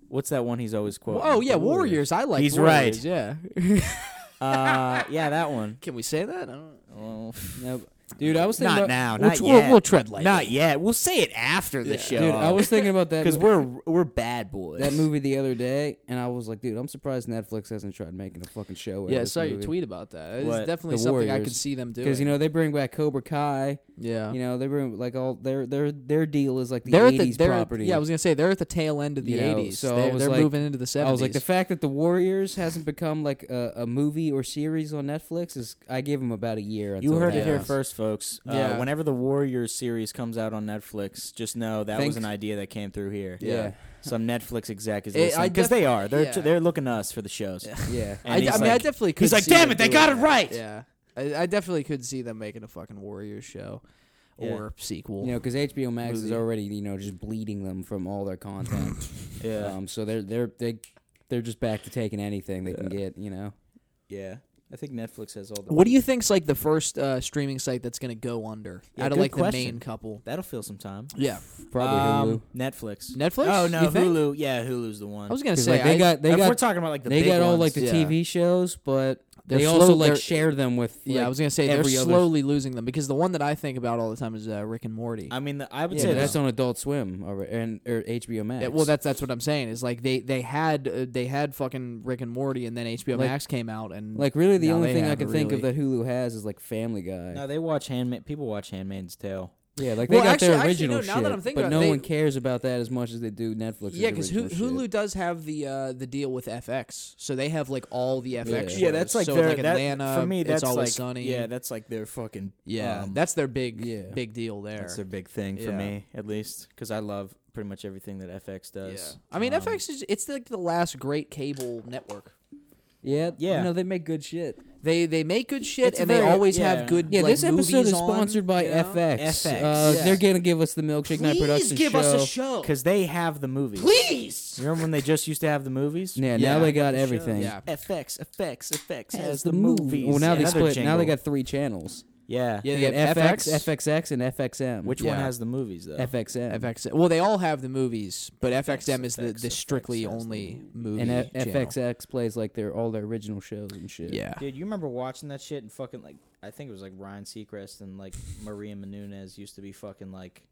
what's that one he's always quoting?
oh yeah, Warriors. I like.
He's
Warriors, Yeah.
Uh yeah, that one.
Can we say that? I don't
Oh,
No, dude, I was thinking
not
about,
now,
We'll,
not
tr-
yet.
we'll, we'll tread lightly.
Not yet. We'll say it after the show.
dude. I was thinking about that
because
movie,
we're we're bad boys.
that movie the other day, and I was like, dude, I'm surprised Netflix hasn't tried making a fucking show. out
Yeah,
of
I
this
saw your
movie.
tweet about that. It's
What?
definitely
The
something I could
Warriors.
see them doing.
Because you know they bring back Cobra Kai.
yeah,
You know they bring like all their their their deal is like the
they're at the
80s
they're,
property.
Yeah, I was gonna say they're at the tail end of the
You know,
'80s.
so I
they're
was
they're
like-
moving into the '70s.
I was like the fact that the Warriors hasn't become like a, a movie or series on Netflix is I give them about a year.
you
until
heard
that
it here
happens.
first, folks. Uh,
Yeah.
Whenever the Warriors series comes out on Netflix, just know that was
Thanks.
an idea that came through here.
Yeah.
Some Netflix exec is
Eh, I
because
def-
they are. They're
yeah.
they're looking to us for the shows.
Yeah,
I,
And
d- I
he's
mean, I
like-
definitely could.
he's like,
see
"Damn
them
it, they
doing
got it
that."
right!
Yeah, I, I definitely could see them making a fucking Warriors show
Yeah.
or sequel.
you know because HBO Max is
Movie.
already you know just bleeding them from all their content.
Yeah.
Um, so they're they're they they're just back to taking anything they can get. You know.
yeah. I think Netflix has all the.
What do you think's like the first uh, streaming site that's gonna go under out
Yeah,
of
good
like the
question.
main couple?
That'll fill some time.
Yeah,
Probably
Um,
Hulu.
Netflix.
Netflix?
Oh no,
You think?
Hulu. Yeah, Hulu's the one.
I was gonna
'Cause,
say
like, they
I-
got they
If
got
we're talking about like the
they
big
got all
ones,
like the
yeah.
TV shows, but
They're
they
slow-
also like
they're-
share them with.
Yeah,
like,
I was gonna say they're
every other-
slowly losing them because the one that I think about all the time is uh, Rick and Morty.
I mean, the, I would
Yeah,
say
but that's
the-
on Adult Swim or and or HBO Max.
Yeah, well, that's that's what I'm saying. Is like they they had uh, they had fucking Rick and Morty, and then HBO
Like-
Max came out, and
like really the
now
only
they
thing I
haven't
can think of
really-
that Hulu has is like Family Guy.
No, they watch Handmaid. People watch Handmaid's Tale.
Yeah, like
Well,
they got
actually-
their
actually,
original
no, now
shit,
that I'm thinking
but
about
no
it, they-
one cares about that as much as they do Netflix.
Yeah, because Hulu does have the uh, the deal with FX, so they have like all the FX.
Yeah.
shows.
Yeah,
so it's, like Atlanta.
for me. That's
it's always
like
sunny.
yeah, that's like their fucking
yeah,
um,
that's their big
yeah.
big deal there.
that's their big thing for
Yeah.
me at least because I love pretty much everything that FX
yeah.
does.
I mean,
Um,
FX is it's like the last great cable network.
Yeah,
Yeah.
No, they make good shit.
They they make good shit
It's
and they
very-
always
yeah.
have good.
Yeah,
like,
this episode
movies
is
on,
sponsored by
you know?
FX.
FX,
Uh,
yeah.
They're gonna give us the Milkshake Night
Please
Production
give
show.
us a show.
Because they have the movies.
Please.
Remember when they just used to have the movies?
Yeah,
Yeah.
now they got everything.
Yeah.
FX, FX, FX
Has
has the movies.
Well, now they
Another
split. Now they
jingle.
got three channels.
Yeah.
Yeah,
They
they
got
have
FX,
FX.
FXX, and FXM.
Which one
Yeah.
has the movies though?
FXM?
FX. Well, they all have the movies, but FXM is the,
FX,
the strictly
FX.
only movie.
and F-
channel.
FXX plays like their all their original shows and shit.
Yeah.
Dude, you remember watching that shit and fucking like I think it was like Ryan Seacrest and like Maria Menounos used to be fucking like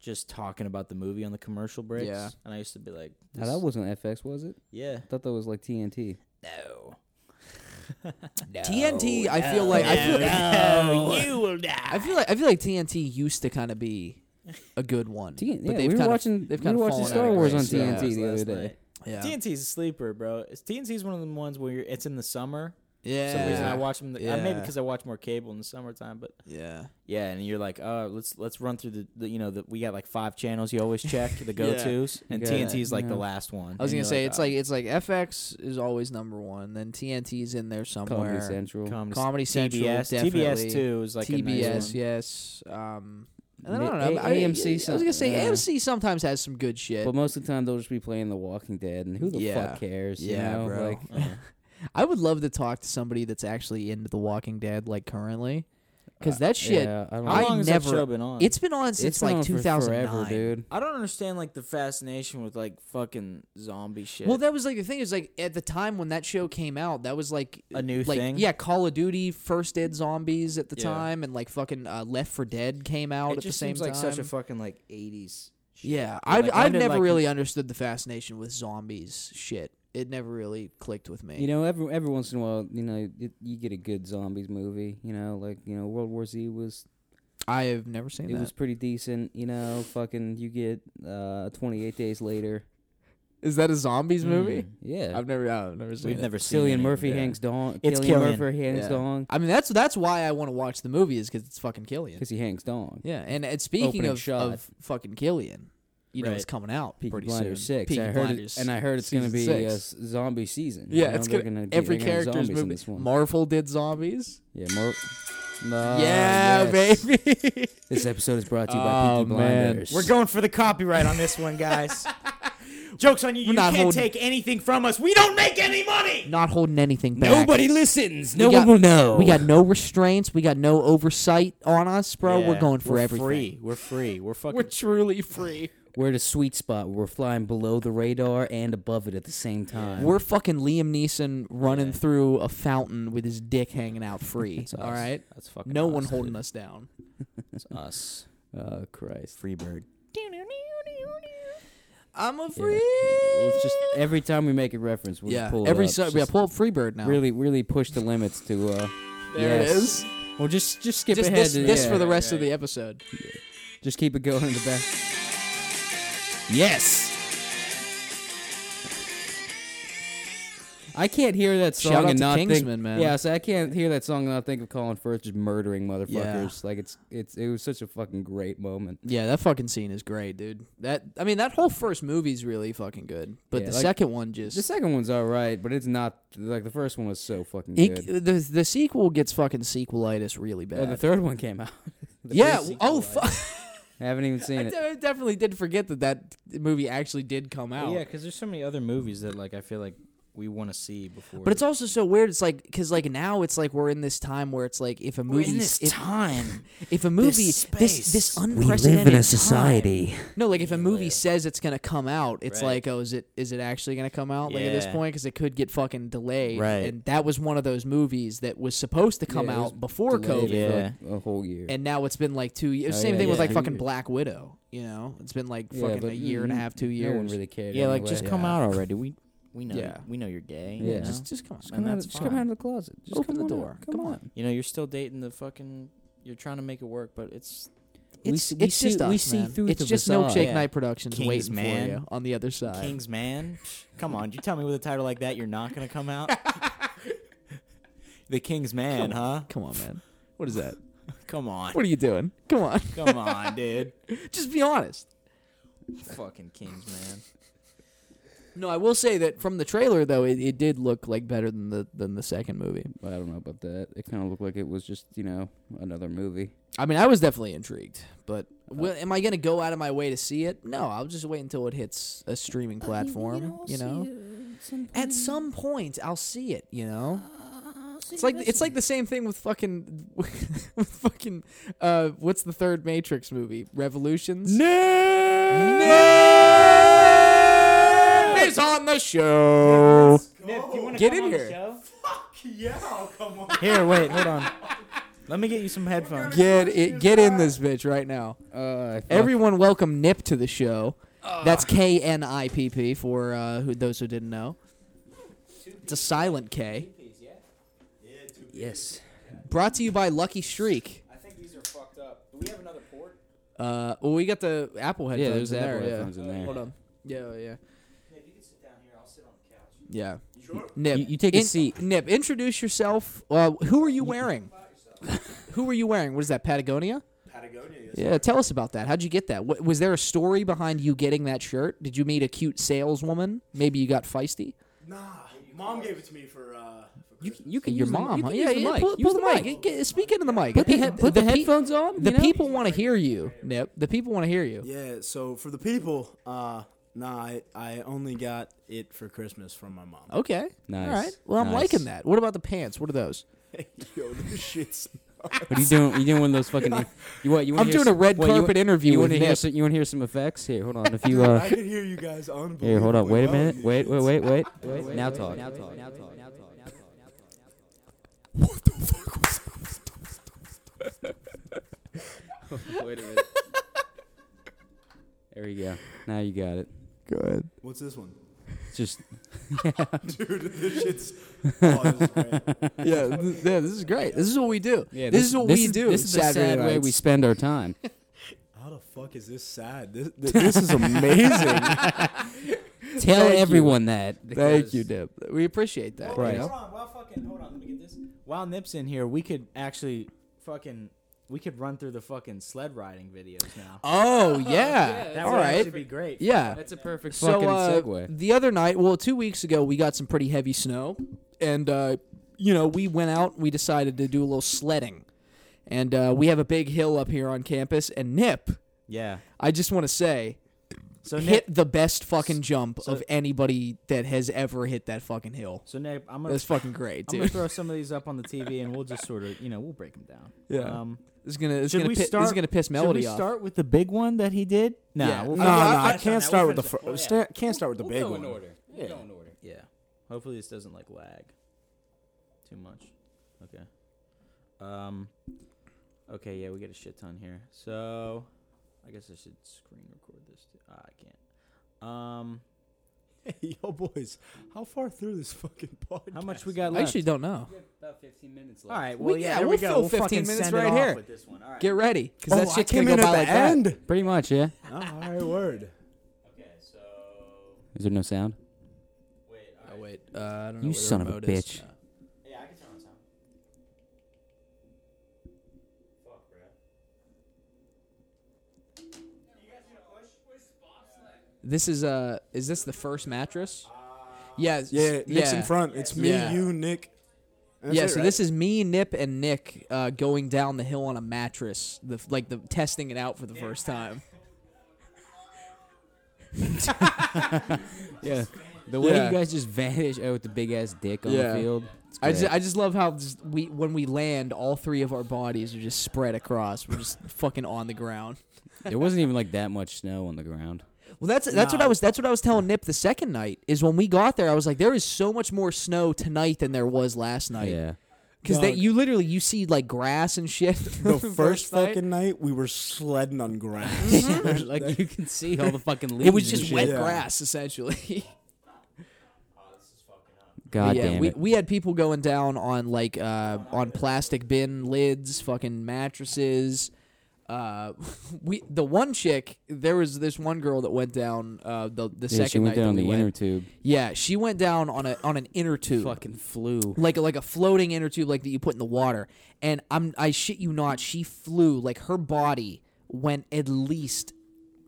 just talking about the movie on the commercial breaks.
Yeah.
And I used to be like,
Now, that wasn't FX, was it?
yeah.
I thought that was like TNT.
No.
TNT. I feel like I feel.
you will die.
I feel like I feel like TNT used to kind of be a good one.
T- yeah,
but they've
we were
kinda-
watching.
they've
we were
kinda
watching
fallen
Star
out of
Wars on
grace.
TNT the other day.
Yeah. Yeah.
TNT's a sleeper, bro. It's- TNT's one of the ones where you're, it's in the summer.
yeah.
For some reason I watch them. uh, maybe
Yeah.
because I watch more cable in the summertime, but
Yeah.
yeah. And you're like, oh, let's let's run through the, the you know the, we got like five channels you always check the go tos, and
Yeah.
TNT's like
Yeah.
the last one.
I was
And
gonna
you're
say it's
"Oh,
like it's like FX is always number one, then TNT's in there somewhere.
Comedy Central.
Comedy,
Comedy Central,
TBS,
definitely.
TBS too is like a nice
TBS,
one.
yes. Um, and then
Ma-
I don't know.
A-
I-
AMC
I, was
some-
gonna say
yeah.
AMC sometimes has some good shit.
But most of the time they'll just be playing The Walking Dead, and who the
Yeah.
fuck cares? you
Yeah,
know?
bro.
Like,
I would love to talk to somebody that's actually into The Walking Dead, like currently, because that shit.
Uh, yeah, I don't
How
know.
I
long has that
never.
show been on?
It's been on since
been
like
on for
2009.
forever, dude.
I don't understand like the fascination with like fucking zombie shit.
Well, that was like the thing is like at the time when that show came out, that was like
A new
like,
thing?
Yeah, Call of Duty, First Dead Zombies at the
Yeah.
time, and like fucking uh, Left for Dead came out
it
at
just
the same
seems
time.
like such a fucking like '80s. Shit.
yeah,
Like,
I've
when
I've
did,
never
like,
really understood the fascination with zombies shit. It never really clicked with me.
You know, every every once in a while, you know, it, you get a good zombies movie. You know, like you know, World War Z was
I have never seen
it
that.
was pretty decent. You know, fucking you get uh, Twenty Eight Days Later.
Is that a zombies movie?
Mm, Yeah,
I've never I've never seen
We've
it.
never seen
Cillian
any-
Murphy
yeah.
hangs dong.
It's
Cillian
Cillian.
Murphy hangs
Yeah.
dong
I mean that's that's why I want to watch the movie is because it's fucking Killian.
because he hangs dong.
Yeah, and, and speaking
Opening
of,
shot.
of fucking Killian, you know
Right.
it's coming out
Peaky
pretty
Blinders
soon.
six. I
Peaky
heard it,
Blinders
and I heard it's going to
season
be a
six.
s- zombie season.
Yeah,
you know,
it's
they're
gonna,
be-
every
they're gonna have
character's
zombies in
moving.
this one.
Marvel did zombies.
yeah, Mar- Ah,
yeah,
yes.
baby.
This episode is brought to you by
Oh,
Peaky
man.
Blinders.
We're going for the copyright on this one, guys. Jokes on you. You
not
can't
holding-
take anything from us. We don't make any money.
Not holding anything back.
Nobody listens. No
We
one
got-
will know.
We got no restraints. We got no oversight on us, bro. We're
Yeah,
going for
we're
everything.
Free. We're free. We're fucking.
We're truly free.
We're at a sweet spot. Where we're flying below the radar and above it at the same time.
We're fucking Liam Neeson running through a fountain with his dick hanging out free. all right,
That's fucking.
no
us.
one holding us down.
That's us.
oh Christ!
Free bird.
I'm a
Yeah.
free.
Well, it's just every time we make a reference, we
Yeah,
pull it
every
up.
so
Just
yeah, pull up Freebird now.
really, really push the limits to. uh
there
yes.
it is.
Well, just just skip
Just
ahead.
this,
to,
this
yeah.
for the rest of the episode.
Just keep it going in the back.
Yes.
I can't hear that song
Shout out
and
to
not
Kingsman,
think.
man.
Yeah, so I can't hear that song and not think of Colin Firth just murdering motherfuckers. Like it's it's it was such a fucking great moment.
Yeah, that fucking scene is great, dude. That I mean, that whole first movie's really fucking good, but
Yeah,
the
like-
second one just
The second one's all right, but it's not like the first one was so fucking
It-
good.
the the sequel gets fucking sequelitis really bad.
Oh, the third one came out. The
yeah.
first sequel.
Oh fuck!
I haven't even seen
I
it.
de- definitely did forget that that movie actually did come out.
Yeah, because there's so many other movies that like I feel like we want to see before.
But it's also so weird. It's like because like now it's like we're in this time where it's like if a movie if,
time.
if a movie this this,
space.
unprecedented time- No, like if a movie says it's gonna come out, it's
Right.
like oh is it is it actually gonna come out like at this
Yeah.
point because it could get fucking delayed.
Right.
And that was one of those movies that was supposed to come
Yeah, it was
out before
Delayed
COVID.
for,
Yeah.
like, a whole year.
and now it's been like two years.
Oh,
Same
yeah,
thing with
yeah.
like
Two
fucking
years.
Black Widow. You know, it's been like
Yeah,
fucking
but
a year and a
n-
half, two years.
No one really cared.
Yeah, like
anyway.
just come
Yeah.
out already. We we know
Yeah.
we know you're gay.
Yeah.
you know?
Just, just come on.
Come
And
out,
that's
just come
fine.
out of the closet. Just come
Open the
on
door.
out. Come,
Come
on.
on.
You know, you're still dating the fucking. You're trying to make it work, but it's
We
It's,
see- we
it's just
see-
us,
we see
man.
through
It's
the
just
facade.
Milkshake
Yeah.
Night Productions
Kings,
waiting
man.
for you on the other side.
King's Man. Psh, Come on, you tell me with a title like that, you're not gonna come out. the King's Man, huh?
Come on, man. What is that?
Come on,
What are you doing? Come on.
come on, dude.
just be honest.
fucking King's Man.
No, I will say that from the trailer though, it, it did look like better than the than the second movie.
But I don't know about that. It kind of looked like it was just you know another movie.
I mean, I was definitely intrigued, but will, am I going to go out of my way to see it? No, I'll just wait until it hits a streaming platform. You know, at some point I'll see it. You know, it's like it's like the same thing with fucking with fucking uh, what's the third Matrix movie? Revolutions. Nerd is on the show. Get in here.
Here, wait, hold on. Let me get you some headphones.
Get it. Get in this bitch right now.
Uh, I fuck-
Everyone, welcome Nip to the show. That's K N I P P for uh, who, those who didn't know. It's a silent K.
yes.
Brought to you by Lucky Streak.
I think these are fucked up. Do we have another port?
Uh, well, we got the Apple headphones.
Yeah, there's
in
Apple
there,
headphones
yeah.
in there.
Hold on. Yeah, yeah,
If you could sit down here, I'll sit on the couch.
yeah. Nip,
You- you take a seat.
Nip, introduce yourself. Uh, who are you wearing? who are you wearing? What is that? Patagonia.
Patagonia.
Yeah, tell us about that. How'd you get that? What, was there a story behind you getting that shirt? Did you meet a cute saleswoman? Maybe you got feisty.
Nah, mom gave it to me for uh. For Christmas.
You can
Your
use
mom,
The,
huh?
you
Yeah,
can use
yeah.
the mic.
Pull,
Use
pull the mic. Get- get- speak into the mic. Put
the head- put the headphones on,
The
you know?
people want to hear you, Nip. The people want to hear you.
Yeah, so for the people, uh, nah, I, I only got it for Christmas from my mom.
Okay.
Nice.
All right. Well, I'm
Nice.
liking that. What about the pants? What are those?
Yo, this shit's.
What are you doing? You doing one of those fucking? You what? You wanna
I'm
hear
doing
some-
a red
what, you-
carpet interview
You
with
wanna hear
Nip.
some? You want to hear some effects? Here, hold on. If you uh,
I can hear you guys on.
here, hold on. Wait a minute. Wait, wait, wait, wait. wait now talk. Now talk. Now talk. Now talk.
What the fuck was
Wait a minute. There you go. Now you got it.
Good.
What's this one?
Just
Dude, this shit's. Oh, this is great.
Yeah, th- yeah. This is great. This is what we do. this, is what we do.
This is the
Saturday
sad way we
nights.
spend our time.
How the fuck is this sad? This, th- this is amazing.
Tell
Thank you.
everyone that.
Thank
because-
you, Nip. We appreciate that.
Right.
you know?
Hold on, while fucking, hold on, let me get this. While Nip's in here, we could actually fucking, we could run through the fucking sled riding videos now.
Oh yeah.
That
All
would
right.
actually be great.
Yeah.
That's a perfect
So
fucking
uh,
segue.
the other night, well, two weeks ago, we got some pretty heavy snow, and uh, you know we went out. We decided to do a little sledding, and uh, we have a big hill up here on campus. And Nip,
Yeah.
I just want to say,
So Nip,
hit the best fucking jump of anybody that has ever hit that fucking hill.
so Nip, I'm gonna,
That's fucking great,
I'm gonna
dude.
throw some of these up on the TV, and we'll just sort of, you know, we'll break them down.
Yeah.
Um,
It's gonna, it's
should
gonna,
we
pi- this
start?
is gonna piss
should
Melody
we
off.
start with the big one that he did? Nah,
Yeah.
we'll-
No, no, I can't start with the. Fr- sta- can't start with the big one.
Yeah. Go in order.
Yeah. Hopefully this doesn't like lag too much. Okay. Um Okay, yeah, we get a shit ton here. So I guess I should screen record this too. Ah, I can't. Um
Hey, yo, boys, how far through this fucking podcast?
how much we got
I
left?
actually don't know.
About 15 minutes
All right,
We-
well yeah,
yeah,
there
we'll
we go.
fill
We'll
15
fucking
minutes
send it
right
off
here.
with this one. All right.
Get ready, cause
Oh,
that
I
shit's
came
gonna
in
go
at
by
the
like that.
end.
Pretty much, yeah.
Oh, all right, word.
Okay, so
Is there no sound?
wait. all right.
Oh wait, uh, I don't know
You
where the
son of a
remote is.
bitch.
Yeah, I can turn on sound. Fuck, bro.
This is uh is this the first
Uh,
mattress? Yeah, it's-
Yeah, Nick's
yeah.
in front. It's me,
Yeah.
you, Nick. That's
yeah,
it,
so
right?
this is me, Nip, and Nick uh, going down the hill on a mattress, the f- like the testing it out for the first time.
Yeah. The way
Yeah.
you guys just vanish out with the big ass dick on
Yeah.
the field. it's
I just,
great.
I just love how just we when we land, all three of our bodies are just spread across. We're just fucking on the ground.
there wasn't even like that much snow on the ground.
Well, that's that's what I was that's what I was telling Nip the second night is when we got there. I was like, there is so much more snow tonight than there was last night.
Yeah.
because that
Dog.
you literally you see like grass and shit.
the first
night.
fucking night we were sledding on grass.
like you can see all the fucking leaves.
It was
and
just
shit.
wet
Yeah.
grass essentially.
God
yeah,
damn
we
it.
we had people going down on like uh on plastic bin lids, fucking mattresses. Uh, we the one chick there was this one girl that went down uh the the
Yeah,
second
she went
night
down on
that
the
we
inner
went.
tube.
Yeah, she went down on a on an inner tube.
Fucking flew.
Like like a floating inner tube like that you put in the water. And I'm I shit you not, she flew like her body went at least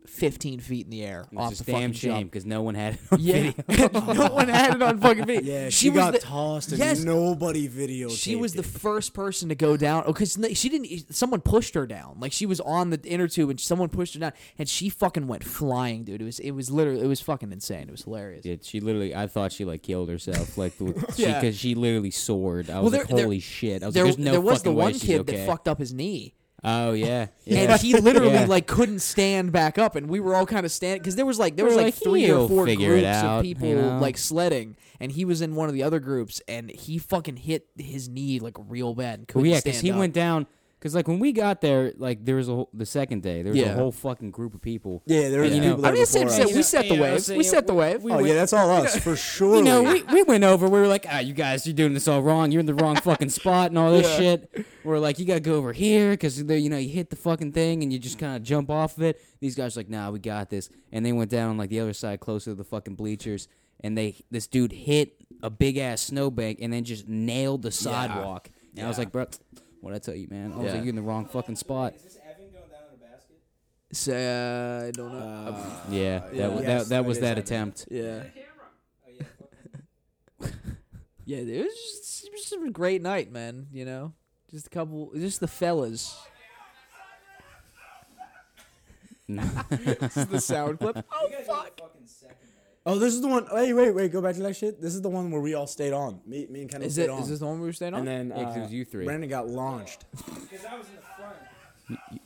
15 feet in the air off
It's
the
a damn
fucking
shame
shame.
because no one had it. On
Yeah,
video.
no one had it on fucking video.
Yeah, she,
was
got
the-
tossed and
yes,
nobody videotaped.
she was the
it.
first person to go down. Oh, because she didn't. Someone pushed her down. Like she was on the inner tube, and someone pushed her down, and she fucking went flying, dude. It was it was literally it was fucking insane. It was hilarious.
Yeah, she literally. I thought she like killed herself, like because
Yeah.
she, literally soared. I was like,
there- there-
holy shit! I was
there,
like, there's no
there was the
fucking way
one
she's
kid
okay.
that fucked up his knee.
Oh yeah,
And
yeah.
he literally
Yeah.
like couldn't stand back up, and we were all kind of standing because there was like there was
We're
like,
like,
three or
"He'll
four
figure it
groups
out,
of
you
people
know?
like sledding, and he was in one of the other groups, and he fucking hit his knee like real bad. And couldn't
Well, yeah,
because
because he went down. Because like when we got there, like there was a whole, the second day, there was
Yeah.
a whole fucking group of people.
Yeah, there was
And, you
people
know,
that
I'm
were
just saying,
before us.
saying,
You know,
we set the
you know,
wave.
so
We
yeah,
set the wave.
Oh yeah, that's all us for sure.
You know, we, we went over. We were like, ah, you guys, you're doing this all wrong. You're in the wrong fucking spot and all this shit. We're like, you gotta go over here because you know you hit the fucking thing and you just kind of jump off of it. These guys are like, nah, we got this. And they went down on like the other side, closer to the fucking bleachers. And they this dude hit a big ass snowbank and then just nailed the sidewalk. And I was like, bro, what I tell you, man? I was like, you're in the wrong fucking spot.
So, uh, I don't know.
Yeah, that wa- that,
Yes,
that
that
was
is
that
Evan.
attempt.
yeah. yeah, it was just, it was just a great night, man. You know, just a couple, just the fellas. this is the sound clip. Oh fuck!
oh, this is the one. Wait, wait, wait. Go back to that shit. This is the one where we all stayed on. Me, me and Kendall
Is
stayed
it?
on.
Is this the one we were staying on?
and then
Yeah, 'cause it
uh,
was you three.
Brandon got launched.
Because I was in the front.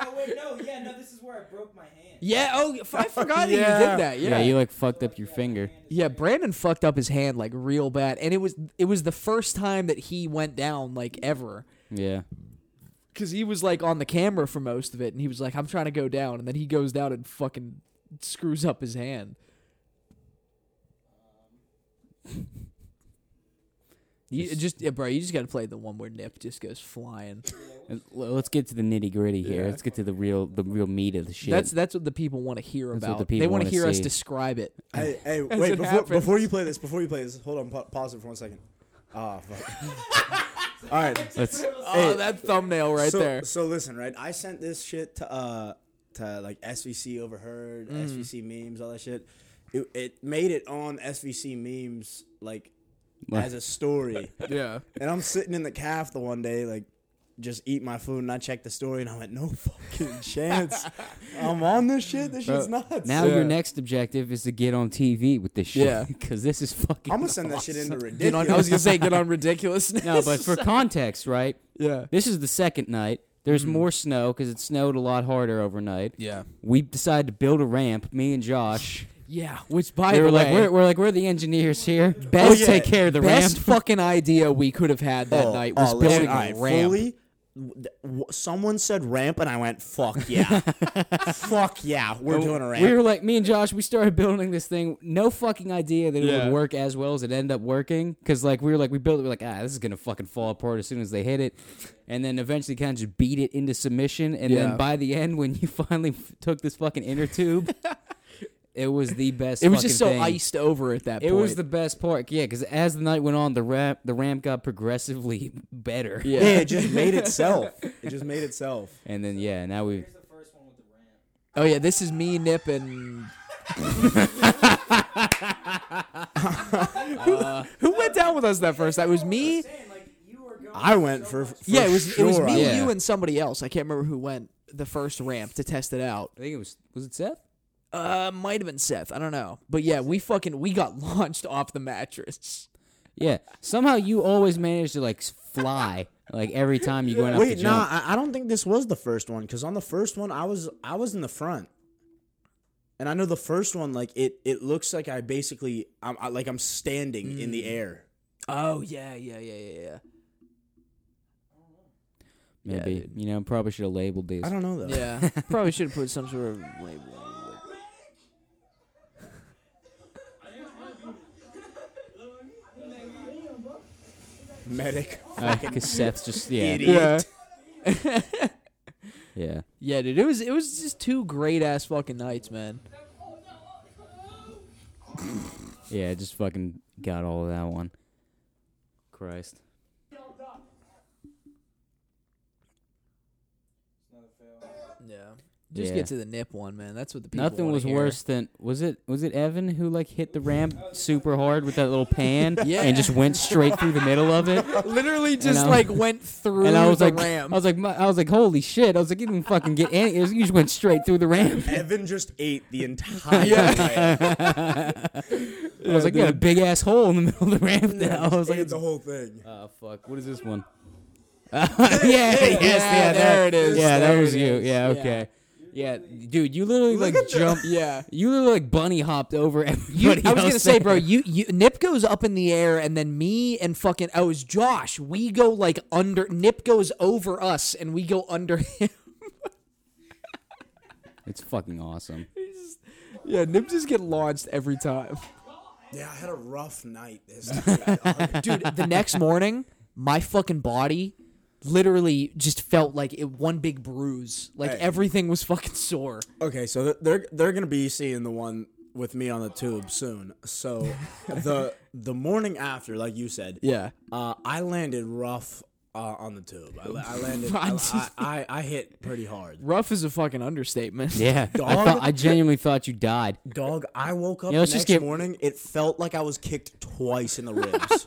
oh wait, no, yeah, no, this is where I broke my hand.
yeah. Oh, f- I forgot that you
Yeah.
did that.
Yeah, you like fucked up your finger.
Yeah, Brandon fucked up his hand like real bad, and it was it was the first time that he went down like ever,
Yeah.
because he was like on the camera for most of it, and he was like, "I'm trying to go down," and then he goes down and fucking screws up his hand. You just yeah, bro. You just gotta play the one where Nip just goes flying.
L- Let's get to the nitty gritty here. Let's get to the real the real meat of the shit.
That's that's what the people want to hear
That's what
about.
the
they
people
wanna
wanna
hear us
see.
describe it.
Hey, hey,
it
wait! Before,
happens.
before you play this, before you play this, hold on, pa- pause it for one second. Ah, fuck. All right,
That's-
Oh, that thumbnail right
so,
there.
So listen, right? I sent this shit to uh to like SVC overheard,
Mm.
SVC memes, all that shit. It, it made it on SVC memes like as a story.
Yeah.
and I'm sitting in the caf the one day like just eat my food and I checked the story and I went, no fucking chance. I'm on this shit. This shit's nuts.
now your next objective is to get on TV with this shit.
Yeah.
because this is fucking.
I'm gonna send that shit into
Get on,
ridiculous.
I was gonna say get on ridiculousness.
no, but for context, right?
Yeah. Mm-hmm.
This is the second night. There's more snow because it snowed a lot harder overnight.
Yeah.
we decided to build a ramp. Me and Josh.
Yeah, which by
They
the
were like,
way,
we're, we're like, we're the engineers here.
Best-
Best take care of the
best
ramp.
fucking idea we could have had that night was
Oh, listen,
building
alright,
a ramp.
fully, w- th- w- someone said ramp, and I went, "Fuck yeah, fuck yeah, we're doing a ramp."
We were like, me and Josh, we started building this thing. No fucking idea that it
Yeah.
would work as well as it ended up working. Cause like we were like, we built it. We're like, ah, this is gonna fucking fall apart as soon as they hit it, and then eventually kind of just beat it into submission. And
Yeah.
then by the end, when you finally f- took this fucking inner tube, it was the best.
It was just so
fucking thing.
iced over at that
It
point.
was the best part, yeah. Because as the night went on, the ramp the ramp got progressively better.
yeah, it just made itself. It just made itself.
And then yeah, now we.
oh yeah, this is me Nip and who, who went down with us that first? That was me.
I went for, for
Yeah, it was it was
sure I
me,
Yeah.
you, and somebody else. I can't remember who went the first ramp to test it out.
I think it was was it Seth?
Uh, might have been Seth. I don't know, but yeah, we fucking we got launched off the mattress.
Yeah. Somehow you always manage to like s- fly like every time you go out
Wait,
to
no, nah,
jump.
I, I don't think this was the first one because on the first one I was I was in the front, and I know the first one like it it looks like I basically I'm I, like I'm standing in the air.
Oh yeah, yeah, yeah, yeah, yeah.
Maybe
Yeah, dude.
you know probably should have labeled these.
I don't know though.
Yeah, probably should have put some sort of label. on it.
medic.
because Seth's just yeah
Idiot.
yeah.
Yeah, dude, it was it was just two great ass fucking nights, man.
Yeah, just fucking got all of that one. Christ.
Yeah. Just
Yeah.
get to the nip one, man. That's what the people
Nothing
wanna
was
hear.
worse than was it was it Evan who like hit the ramp super hard with that little pan
Yeah.
and just went straight through the middle of it.
Literally, just
I-
like went through
And I was
the
like,
ramp.
I was like, my, I was like, holy shit! I was like, you didn't fucking get any. It was, you just went straight through the ramp.
Evan just ate the entire. yeah.
I was like, you got a big ass hole in the middle of the ramp. Now I was like,
the whole thing.
oh fuck, what is this one? yeah, yes, yeah,
there
that-
it is,
Yeah, that
there
was
it
you.
is,
Yeah,
yeah.
okay. Yeah, dude, you literally like jumped.
yeah.
You literally like bunny hopped over everybody.
You, I was
else
gonna say,
there.
bro, you, you Nip goes up in the air, and then me and fucking oh, it was Josh. We go like under. Nip goes over us, and we go under him.
It's fucking awesome.
yeah, Nip just get launched every time,
Yeah, I had a rough night this night.
dude. The next morning, my fucking body literally just felt like it one big bruise. Like
Hey.
everything was fucking sore.
okay, so they're- they're they're gonna be seeing the one with me on the tube soon. So the the morning after, like you said,
Yeah.
uh, I landed rough uh, on the tube. I, la- I landed. I, I, I, I hit pretty hard.
Rough is a fucking understatement.
Yeah, I
Dog.
thought I genuinely thought you died.
Dog, I woke up
Yeah,
the
let's
next
just get-
morning. It felt like I was kicked twice in the ribs.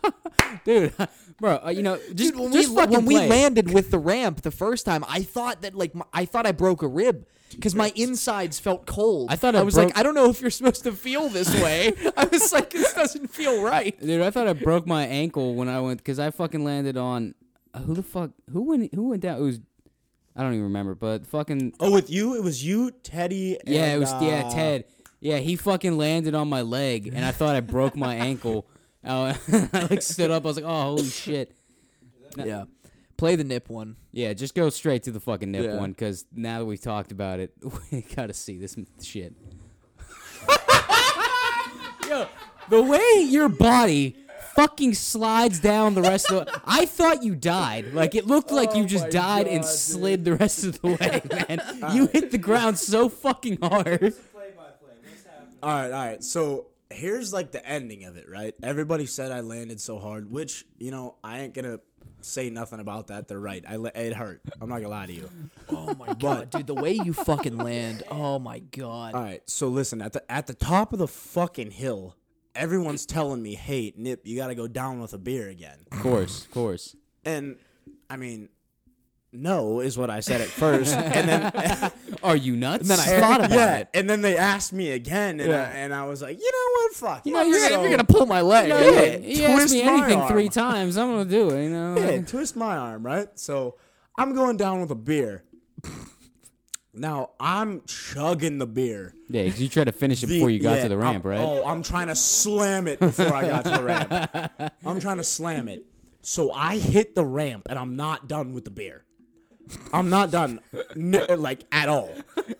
dude, bro. Uh, you know, just
Dude, when,
just
we,
fucking
when we
play.
landed with the ramp the first time, I thought that like my, I thought I broke a rib because my insides felt cold.
I thought
I
I
was like,
broke-
I don't know if you're supposed to feel this way. I was like, this doesn't feel right.
dude. I thought I broke my ankle when I went because I fucking landed on uh, who the fuck who went who went down? It was I don't even remember, but fucking
oh, with you, it was you, Teddy. And,
yeah, it was yeah
uh,
Ted. Yeah, he fucking landed on my leg, and I thought I broke my ankle. Uh, I like stood up. I was like, oh holy shit.
Yeah, play the nip one.
Yeah, just go straight to the fucking nip
Yeah.
one because now that we've talked about it, we gotta see this m- shit. Yo, the way your body fucking slides down the rest of the I thought you died. Like it looked like
Oh
you just died and slid the rest of the way, man. you hit the ground so fucking hard.
All right, all right. So here's like the ending of it, right? Everybody said I landed so hard, which you know I ain't gonna say nothing about that. They're right. I la- it hurt. I'm not gonna lie to you.
Oh my god, dude, the way you fucking land. Oh my god.
All right, so listen at the at the top of the fucking hill, everyone's telling me, "Hey, Nip, you gotta go down with a beer again."
Of course, of course.
And I mean, no is what I said at first, and then
Are you nuts?
then I thought about
yeah,
it.
and then they asked me again, and, I, and I was like, you know what, fuck, it."
No, Oh, you're,
So-
gonna, you're gonna pull my leg.
Yeah.
He asked
Twist
me
my
anything
arm.
three times. I'm gonna do it. You know.
Yeah, twist my arm, right? So I'm going down with a beer. Now I'm chugging the beer.
Yeah, 'cause you tried to finish it
The-
before you got
yeah,
to the ramp,
I'm-
right?
Oh, I'm trying to slam it before I got to the ramp. I'm trying to slam it. So I hit the ramp and I'm not done with the beer. I'm not done, n- like at all.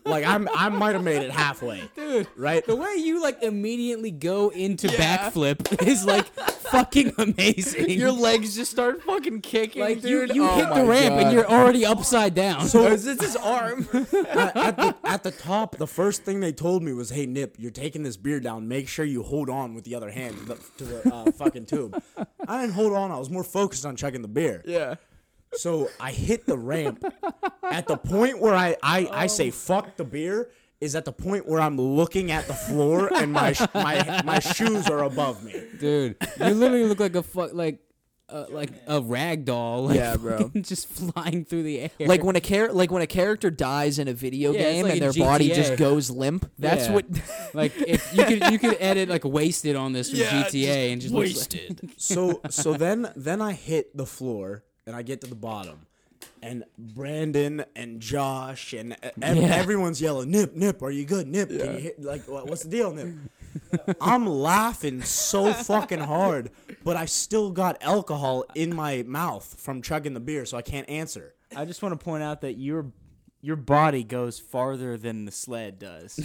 Like I'm, I might have made it halfway, dude. Right?
The way you like immediately go into
Yeah.
backflip is like fucking amazing.
Your legs just start fucking kicking,
like you,
dude.
you
Oh
hit
my
the ramp
God.
and you're already upside down.
Oh, is this his arm?
at, at the, at the top, the first thing they told me was, "Hey Nip, you're taking this beer down. Make sure you hold on with the other hand to the, to the uh, fucking tube." I didn't hold on. I was more focused on chugging the beer.
yeah.
So I hit the ramp. At the point where I I, I say
Oh.
fuck the beer is at the point where I'm looking at the floor and my sh- my my shoes are above me.
dude, you literally look like a fuck like uh, like a rag doll. Like,
Yeah, bro.
fucking Just flying through the air.
like when a char- like when a character dies in a video
Yeah, it's
game
like
and
a
their body
GTA.
just goes limp. That's
Yeah.
what.
like if you could you could edit like wasted on this from
Yeah,
GTA and just wasted.
So so then then I hit the floor and I get to the bottom. And Brandon and Josh and e- ev- everyone's yelling, "Nip, Nip, are you good? Nip, can you hit? Like, what, what's the deal, Nip?" I'm laughing so fucking hard, but I still got alcohol in my mouth from chugging the beer, so I can't answer.
I just want to point out that your your body goes farther than the sled does.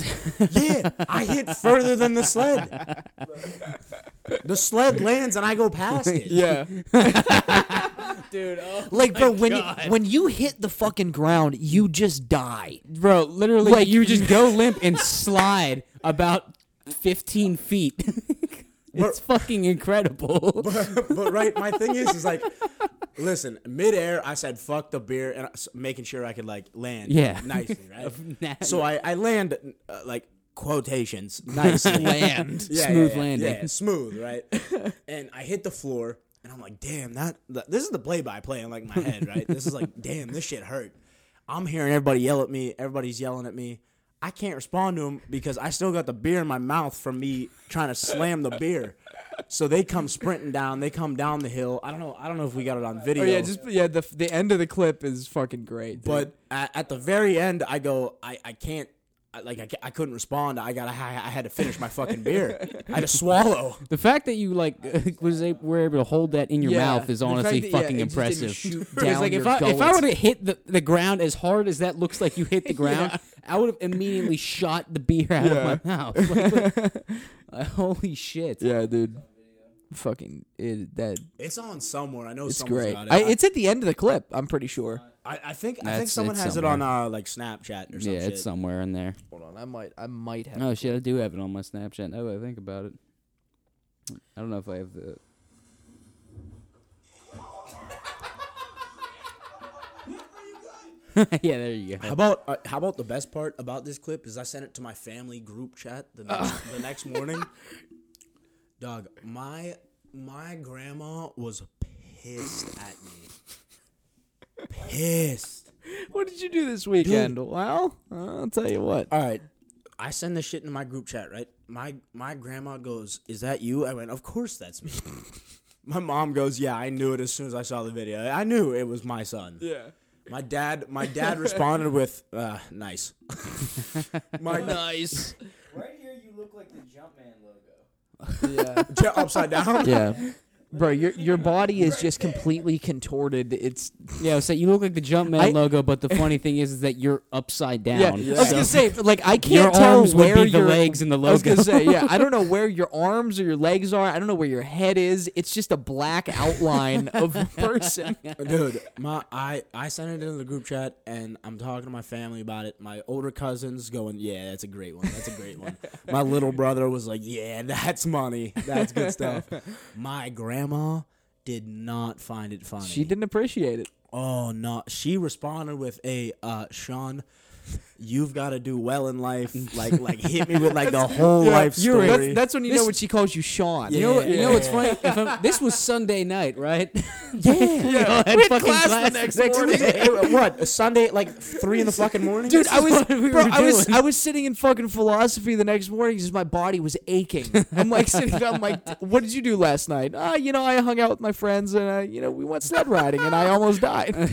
Yeah, I hit further than the sled. The sled lands and I go past it.
yeah,
Dude, oh.
like bro, when you, when you hit the fucking ground, you just die.
bro, literally
Like-
you just go limp and slide about 15 feet. it's fucking incredible.
but right, my thing is, is like Listen, midair, I said fuck the beer and I- s- making sure I could like land
Yeah.
nicely, right?
Nah.
so I, I land uh, like quotations nicely.
Land.
Yeah, yeah,
Smooth
yeah,
landing.
Yeah, smooth, right? and I hit the floor and I'm like, damn, that, that this is the play by play in like my head, right? this is like, damn, this shit hurt. I'm hearing everybody yell at me, everybody's yelling at me. I can't respond to them because I still got the beer in my mouth from me trying to slam the beer. So they come sprinting down, they come down the hill. I don't know, I don't know if we got it on video.
Oh yeah, just yeah. The the end of the clip is fucking great.
But at, at the very end, I go, I, I can't, I, like, I, ca- I couldn't respond. I got, I, I had to finish my fucking beer. I had to swallow.
The fact that you like was a, were able to hold that in your mouth is honestly fucking impressive. Because like if I if I would have hit the, the ground as hard as that looks like you hit the ground, I would have immediately shot the beer out of my mouth. Like, like, uh, holy shit!
yeah, dude, fucking it, that
It's on somewhere. I know
it's
someone's
great.
got it.
I, it's at the end of the clip. I'm pretty sure.
I, I think I think
That's-
someone
it's
has it on uh, like Snapchat or something.
yeah, it's somewhere in there.
Hold on, I might I might have.
Oh shit! I do have it on my Snapchat. Now that I think about it, I don't know if I have the. yeah, there you
How
go.
about uh, how about the best part about this clip is I sent it to my family group chat the next, the next morning. Dog, my my grandma was pissed at me. Pissed.
What did you do this weekend? Well, I'll tell you what.
All right. I send this shit into my group chat, right? My my grandma goes, "Is that you?" I went, "Of course that's me." my mom goes, "Yeah, I knew it as soon as I saw the video. I knew it was my son."
Yeah.
My dad, my dad responded with, uh, "Nice." my
Nice.
Right here, you look like the Jumpman logo.
yeah.
j- upside down.
Yeah. Bro, your your body is just completely contorted. It's
Yeah, so you look like the Jumpman
I-
logo, but the funny thing is, is that you're upside
yeah.
down.
I was
so-
gonna say, like, I can't
Your
tell
arms would
where
be the
your-
legs in the
I was gonna
logo.
say, yeah, I don't know where your arms or your legs are. I don't know where your head is. It's just a black outline of a person.
Dude, my I I sent it into the group chat, and I'm talking to my family about it. My older cousins going, "Yeah, that's a great one. That's a great one." my little brother was like, "Yeah, that's money. That's good stuff." my grandma did not find it funny.
She didn't appreciate it.
Oh no! She responded with a uh, Sean. You've got to do well in life. Like, like hit me with like the whole life story.
That's, that's when you know
This-
when she calls you Sean.
You know, what- you know what's
Yeah.
funny? If I'm, this was Sunday night, right? Yeah, we all had fucking class, the next,
Wait,
day.
wait, wait, what? A Sunday at like three in the fucking morning?
Dude, I
is
was,
what we
bro,
were
I was,
doing.
I was sitting in fucking philosophy the next morning because my body was aching. I'm like sitting, down, I'm like, what did you do last night? Ah, you know, I hung out with my friends and uh, you know we went sled riding and I almost died.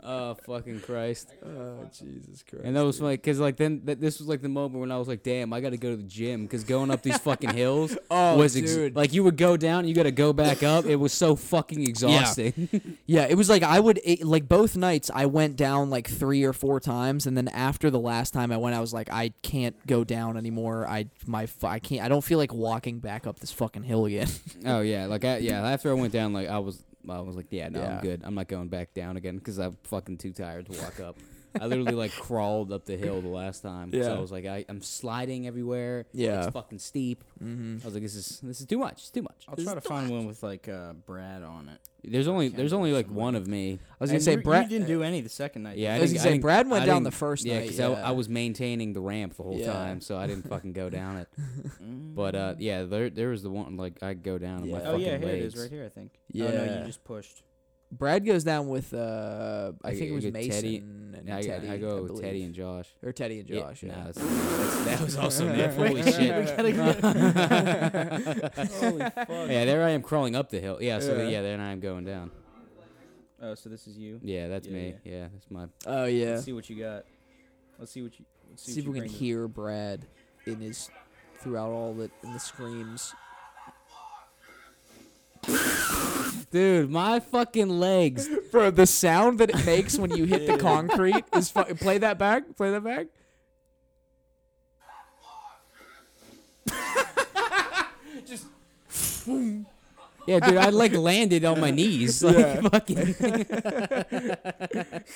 Oh fucking Christ!
oh Jesus Christ!
And that was funny because like then th- this was like the moment when I was like, damn, I got to go to the gym because going up these fucking hills
Oh,
was ex-
dude.
like you would go down, you got to go back up. It was so fucking exhausting.
Yeah, it was like I would it, like both nights I went down like 3 or 4 times and then after the last time I went I was like I can't go down anymore. I my f- I can't I don't feel like walking back up this fucking hill again.
Oh yeah, like I yeah. After I went down, like I was, I was like, yeah, no,
Yeah.
I'm good. I'm not going back down again because I'm fucking too tired to walk up. I literally like crawled up the hill the last time. So
Yeah.
I was like, I, I'm sliding everywhere.
Yeah. Mm-hmm.
it's fucking steep. I was like, this is this is too much. It's too much.
I'll try to find one with like uh, Brad on it.
There's only there's only like one of me.
I was
And
going to say
you,
Brett
you didn't do any the second night.
Yeah,
I
I,
was
didn't-
gonna
I
say,
didn't-
Brad went
I
down
didn't-
the first
yeah,
night,
I,
yeah.
I was maintaining the ramp the whole
Yeah.
time, so I didn't fucking go down it. but uh, yeah, there there was the one like I go down. And my
Oh
fucking
yeah, here it
legs.
is, right here. I think. Oh no,
Yeah.
you just pushed.
Brad goes down with uh I,
I
think it
go-
was
I go
Mason
Teddy-
and
Yeah, I,
Teddy.
I go with
believe.
Teddy and Josh.
or Teddy and Josh. Yeah.
no, that's- that's- that was also Nick. Holy shit. Yeah, there I am crawling up the hill. Yeah, so yeah, then I am going down.
Oh, so this is you.
Yeah, that's
Yeah,
me.
yeah.
Yeah. that's my.
Oh yeah.
Let's see what you got. Let's see what you. Let's see,
See if
what
we
you
can
bring to-
hear Brad in his throughout all the in the screams.
Dude, my fucking legs.
Bro, the sound that it makes when you hit the concrete is fu- play that back. Play that back.
Yeah, dude, I like landed on my knees. Like, fucking.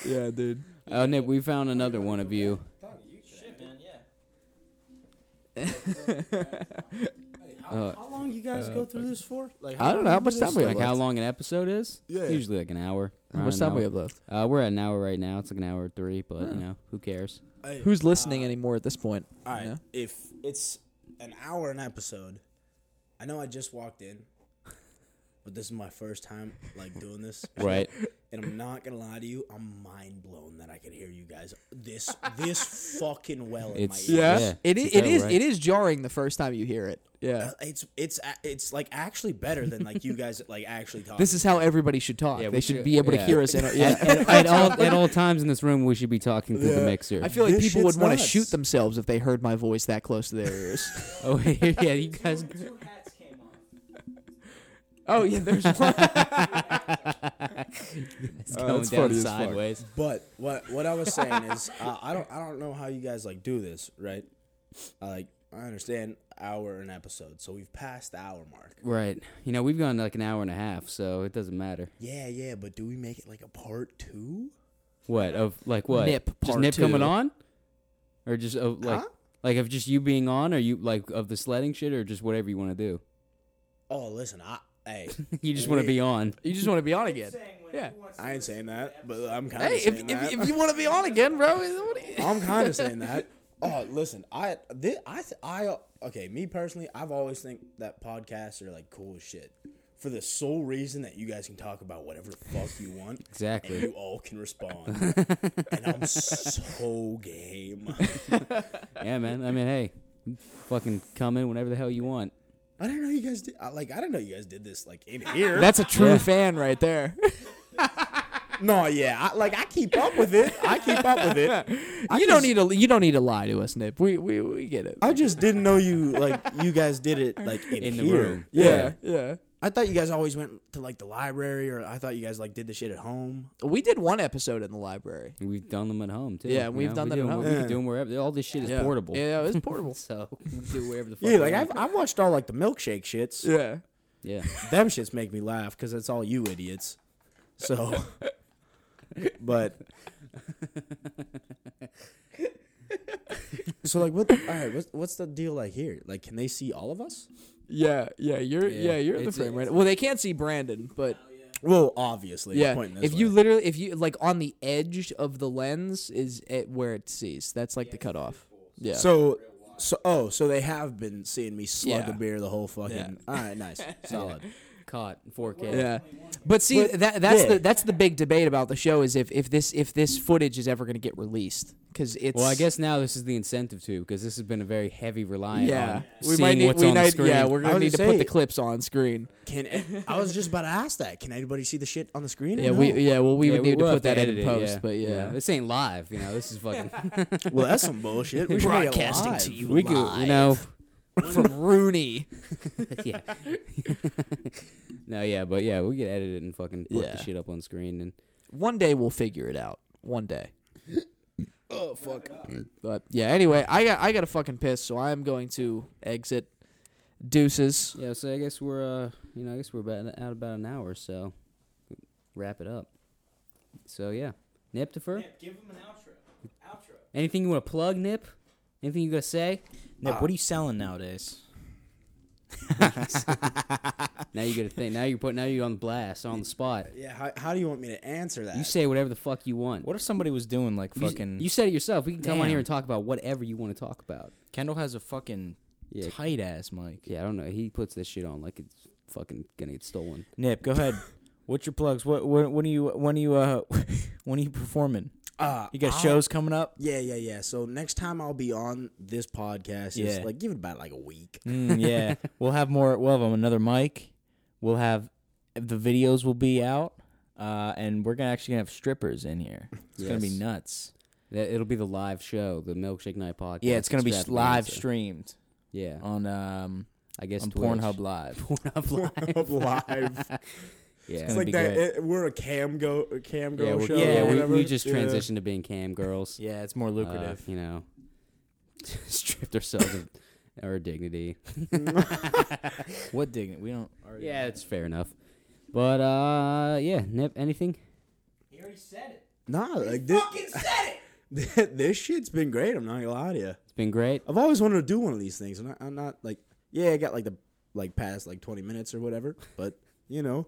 Yeah, dude.
Oh, Nick, we found another one of you. Uh,
How long you guys go through this for? Like,
I don't know how much time we have
like how
left.
long an episode is?
Yeah.
Usually like an hour.
How
around
much
an
time we
hour.
have left?
Uh, we're at an hour right now. It's like an hour or three, but you know who cares?
Who's listening anymore at this point?
All right,
You know?
if it's an hour an episode, I know I just walked in, but this is my first time like doing this,
Right.
And I'm not gonna lie to you, I'm mind blown that I can hear you guys this this fucking well in
It's
my ear.
yeah.
It
it's
is,
a
it
go,
is
right?
it is jarring the first time you hear it.
Uh,
Yeah.
Uh, It's it's a- it's like actually better than like you guys like actually talking.
This is how everybody should talk.
Yeah, we
they should
should-
be able
yeah.
to hear us. In our, yeah.
at, at all at all times in this room, we should be talking through the mixer.
I feel like
This
people would
shit's
want to
nuts.
shoot themselves if they heard my voice that close to their ears.
oh yeah, you guys.
oh yeah, there's one.
Uh, It's going
that's
down
funny as fuck.
sideways.
But what what I was saying is uh, I don't I don't know how you guys like do this, right? I like I understand hour an episode, so we've passed the hour mark.
Right. You know we've gone like an hour and a half, so it doesn't matter.
Yeah, yeah, but do we make it like a part two?
What of like what?
Nip
just
part
nip coming
two.
on, or just of like like of just you being on, or you like of the sledding shit, or just whatever you want to do.
Oh, listen, I hey,
You just want to be on.
You just want to be on again. Yeah.
I ain't saying that, but I'm kind of
Hey, if,
saying that.
if, if you want to be on again, bro, what do you-
I'm kind of saying that. Oh, listen, I this, I th- I okay, me personally, I've always think that podcasts are like cool as shit. For the sole reason that you guys can talk about whatever the fuck you want,
Exactly.
and you all can respond, and I'm so game.
Yeah, man. I mean, hey, fucking come in whenever the hell you want.
I didn't know you guys did. I, like, I didn't know you guys did this like in here.
that's a true fan right there.
no, yeah, I, like I keep up with it. I keep up with it.
you don't need to. You don't need to lie to us, Nip. We we, we get it.
I just didn't know you like you guys did it like in,
In the
here.
room.
yeah, yeah.
I thought you guys always went to like the library, or I thought you guys like did the shit at home.
We did one episode in the library.
We've done them at home too.
Yeah,
you
we've
know?
done
we
them
do
at
We
home.
can do them wherever. All this shit is
Yeah.
portable.
Yeah, it was portable.
So we can do whatever the fuck. we
Yeah, like
want.
I've, I've watched all like the milkshake shits.
yeah.
yeah.
Them shits make me laugh because it's all you idiots. So, but so like what? All right, what's, what's the deal like here? Like, can they see all of us?
Yeah, yeah, you're yeah,
Yeah,
you're in the
it's-
frame right. Well, they can't see Brandon, but
Well, obviously.
yeah,
Pointing this
if you
way.
literally if you like on the edge of the lens is it where it sees. That's like the cutoff. Yeah.
so so oh so they have been seeing me slug
Yeah.
a beer the whole fucking.
Yeah.
All right, nice, solid.
Caught 4K.
yeah. But see
But-
that that's
yeah.
the that's the big debate about the show is if if this if this footage is ever going to get released cuz it's
Well, I guess now this is the incentive too, because this has been a very heavy reliance.
yeah.
on
We
seeing
might need
what's
we
on the
might,
screen.
yeah, we're
I
going to
was
need to
gonna
put
say-
the clips on screen.
Can I was just about to ask that? Can anybody see the shit on the screen?
Yeah, we
No.
yeah, well we
Yeah,
would
we
need to
will have
put that in
edit it,
post, but yeah.
this ain't live. You know, this is fucking
Well, that's some bullshit. We should make it
Broadcasting to
live.
you
we could, you know,
from Rooney.
yeah. no, yeah, but yeah, we could edit it and fucking put
Yeah.
the shit up on screen and
One day we'll figure it out. One day. oh fuck. But yeah, anyway, I got I got a fucking piss, so I'm going to exit. Deuces.
yeah. So I guess we're uh, you know, I guess we're about out about an hour, so wrap it up. So yeah, Nip defer. Nip, give him an outro. Outro. Anything you want to plug, Nip? Anything you gonna say?
Nip, what are you selling nowadays?
Now you gotta think. Now you're putting. Now you're on blast, on the spot.
Yeah, how, how do you want me to answer that?
You say whatever the fuck you want.
What if somebody was doing like
You-
fucking?
You, said it yourself. We can come on here
Damn.
and talk about whatever you want to talk about.
Kendall has a fucking
Yeah.
tight ass mic.
Yeah, I don't know. He puts this shit on like it's fucking gonna get stolen.
Nip, go ahead. What's your plugs? What when, when are you when are you uh when are you performing?
uh,
You got
I'll-
shows coming up?
Yeah, yeah, yeah. So next time I'll be on this podcast. Yeah,
Yeah.
like give it about like a week.
Mm, yeah, we'll have more. We'll have another mic. We'll have the videos will be out, uh, and we're gonna actually gonna have strippers in here. It's gonna be
Yes.
nuts.
That- It'll be the live show, the Milkshake Night podcast.
Yeah, it's gonna be s- live
extravaganza.
streamed
Yeah,
on um
I guess
on
Twitch.
Pornhub Live.
Pornhub live.
live.
Yeah,
It's
gonna
like
be
that.
great.
It, we're a cam go a cam
yeah,
girl
we're,
show.
yeah,
or
we,
whatever.
we just
Yeah.
transitioned to being cam girls.
Yeah, it's more
Uh,
lucrative.
you know, stripped ourselves of our dignity.
Uh, what digging? We don't.
Yeah, it's fair enough. But uh, yeah, Nip, anything?
Nah, like this. Fucking said it. this shit's been great. I'm not gonna lie to you.
It's been great.
I've always wanted to do one of these things. I'm not. I'm not like. Yeah, I got like the like past like 20 minutes or whatever. But you know,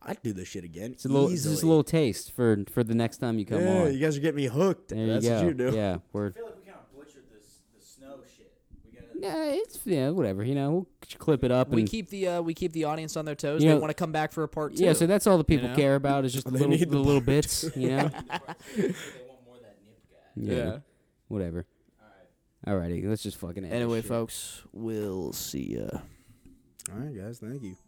I'd do this shit again.
It's a little, it's just a little taste for for the next time you come
Yeah,
on.
you guys are getting me hooked.
there
That's
you go.
what you do.
Yeah, we're
feel like we kind of butchered this the snow shit. We gotta
yeah, it's yeah, whatever. You know, we'll clip it up
We
and
keep the uh, we keep the audience on their toes.
You
they
know-
want to come back for a part two.
yeah. So that's all the people
know?
care about is just the little,
need
the
the
little bits. You know.
they want more of that nip guy.
yeah. Whatever. Alrighty, let's just fucking end this
Anyway,
shit.
folks, we'll see ya.
All right, guys. Thank you.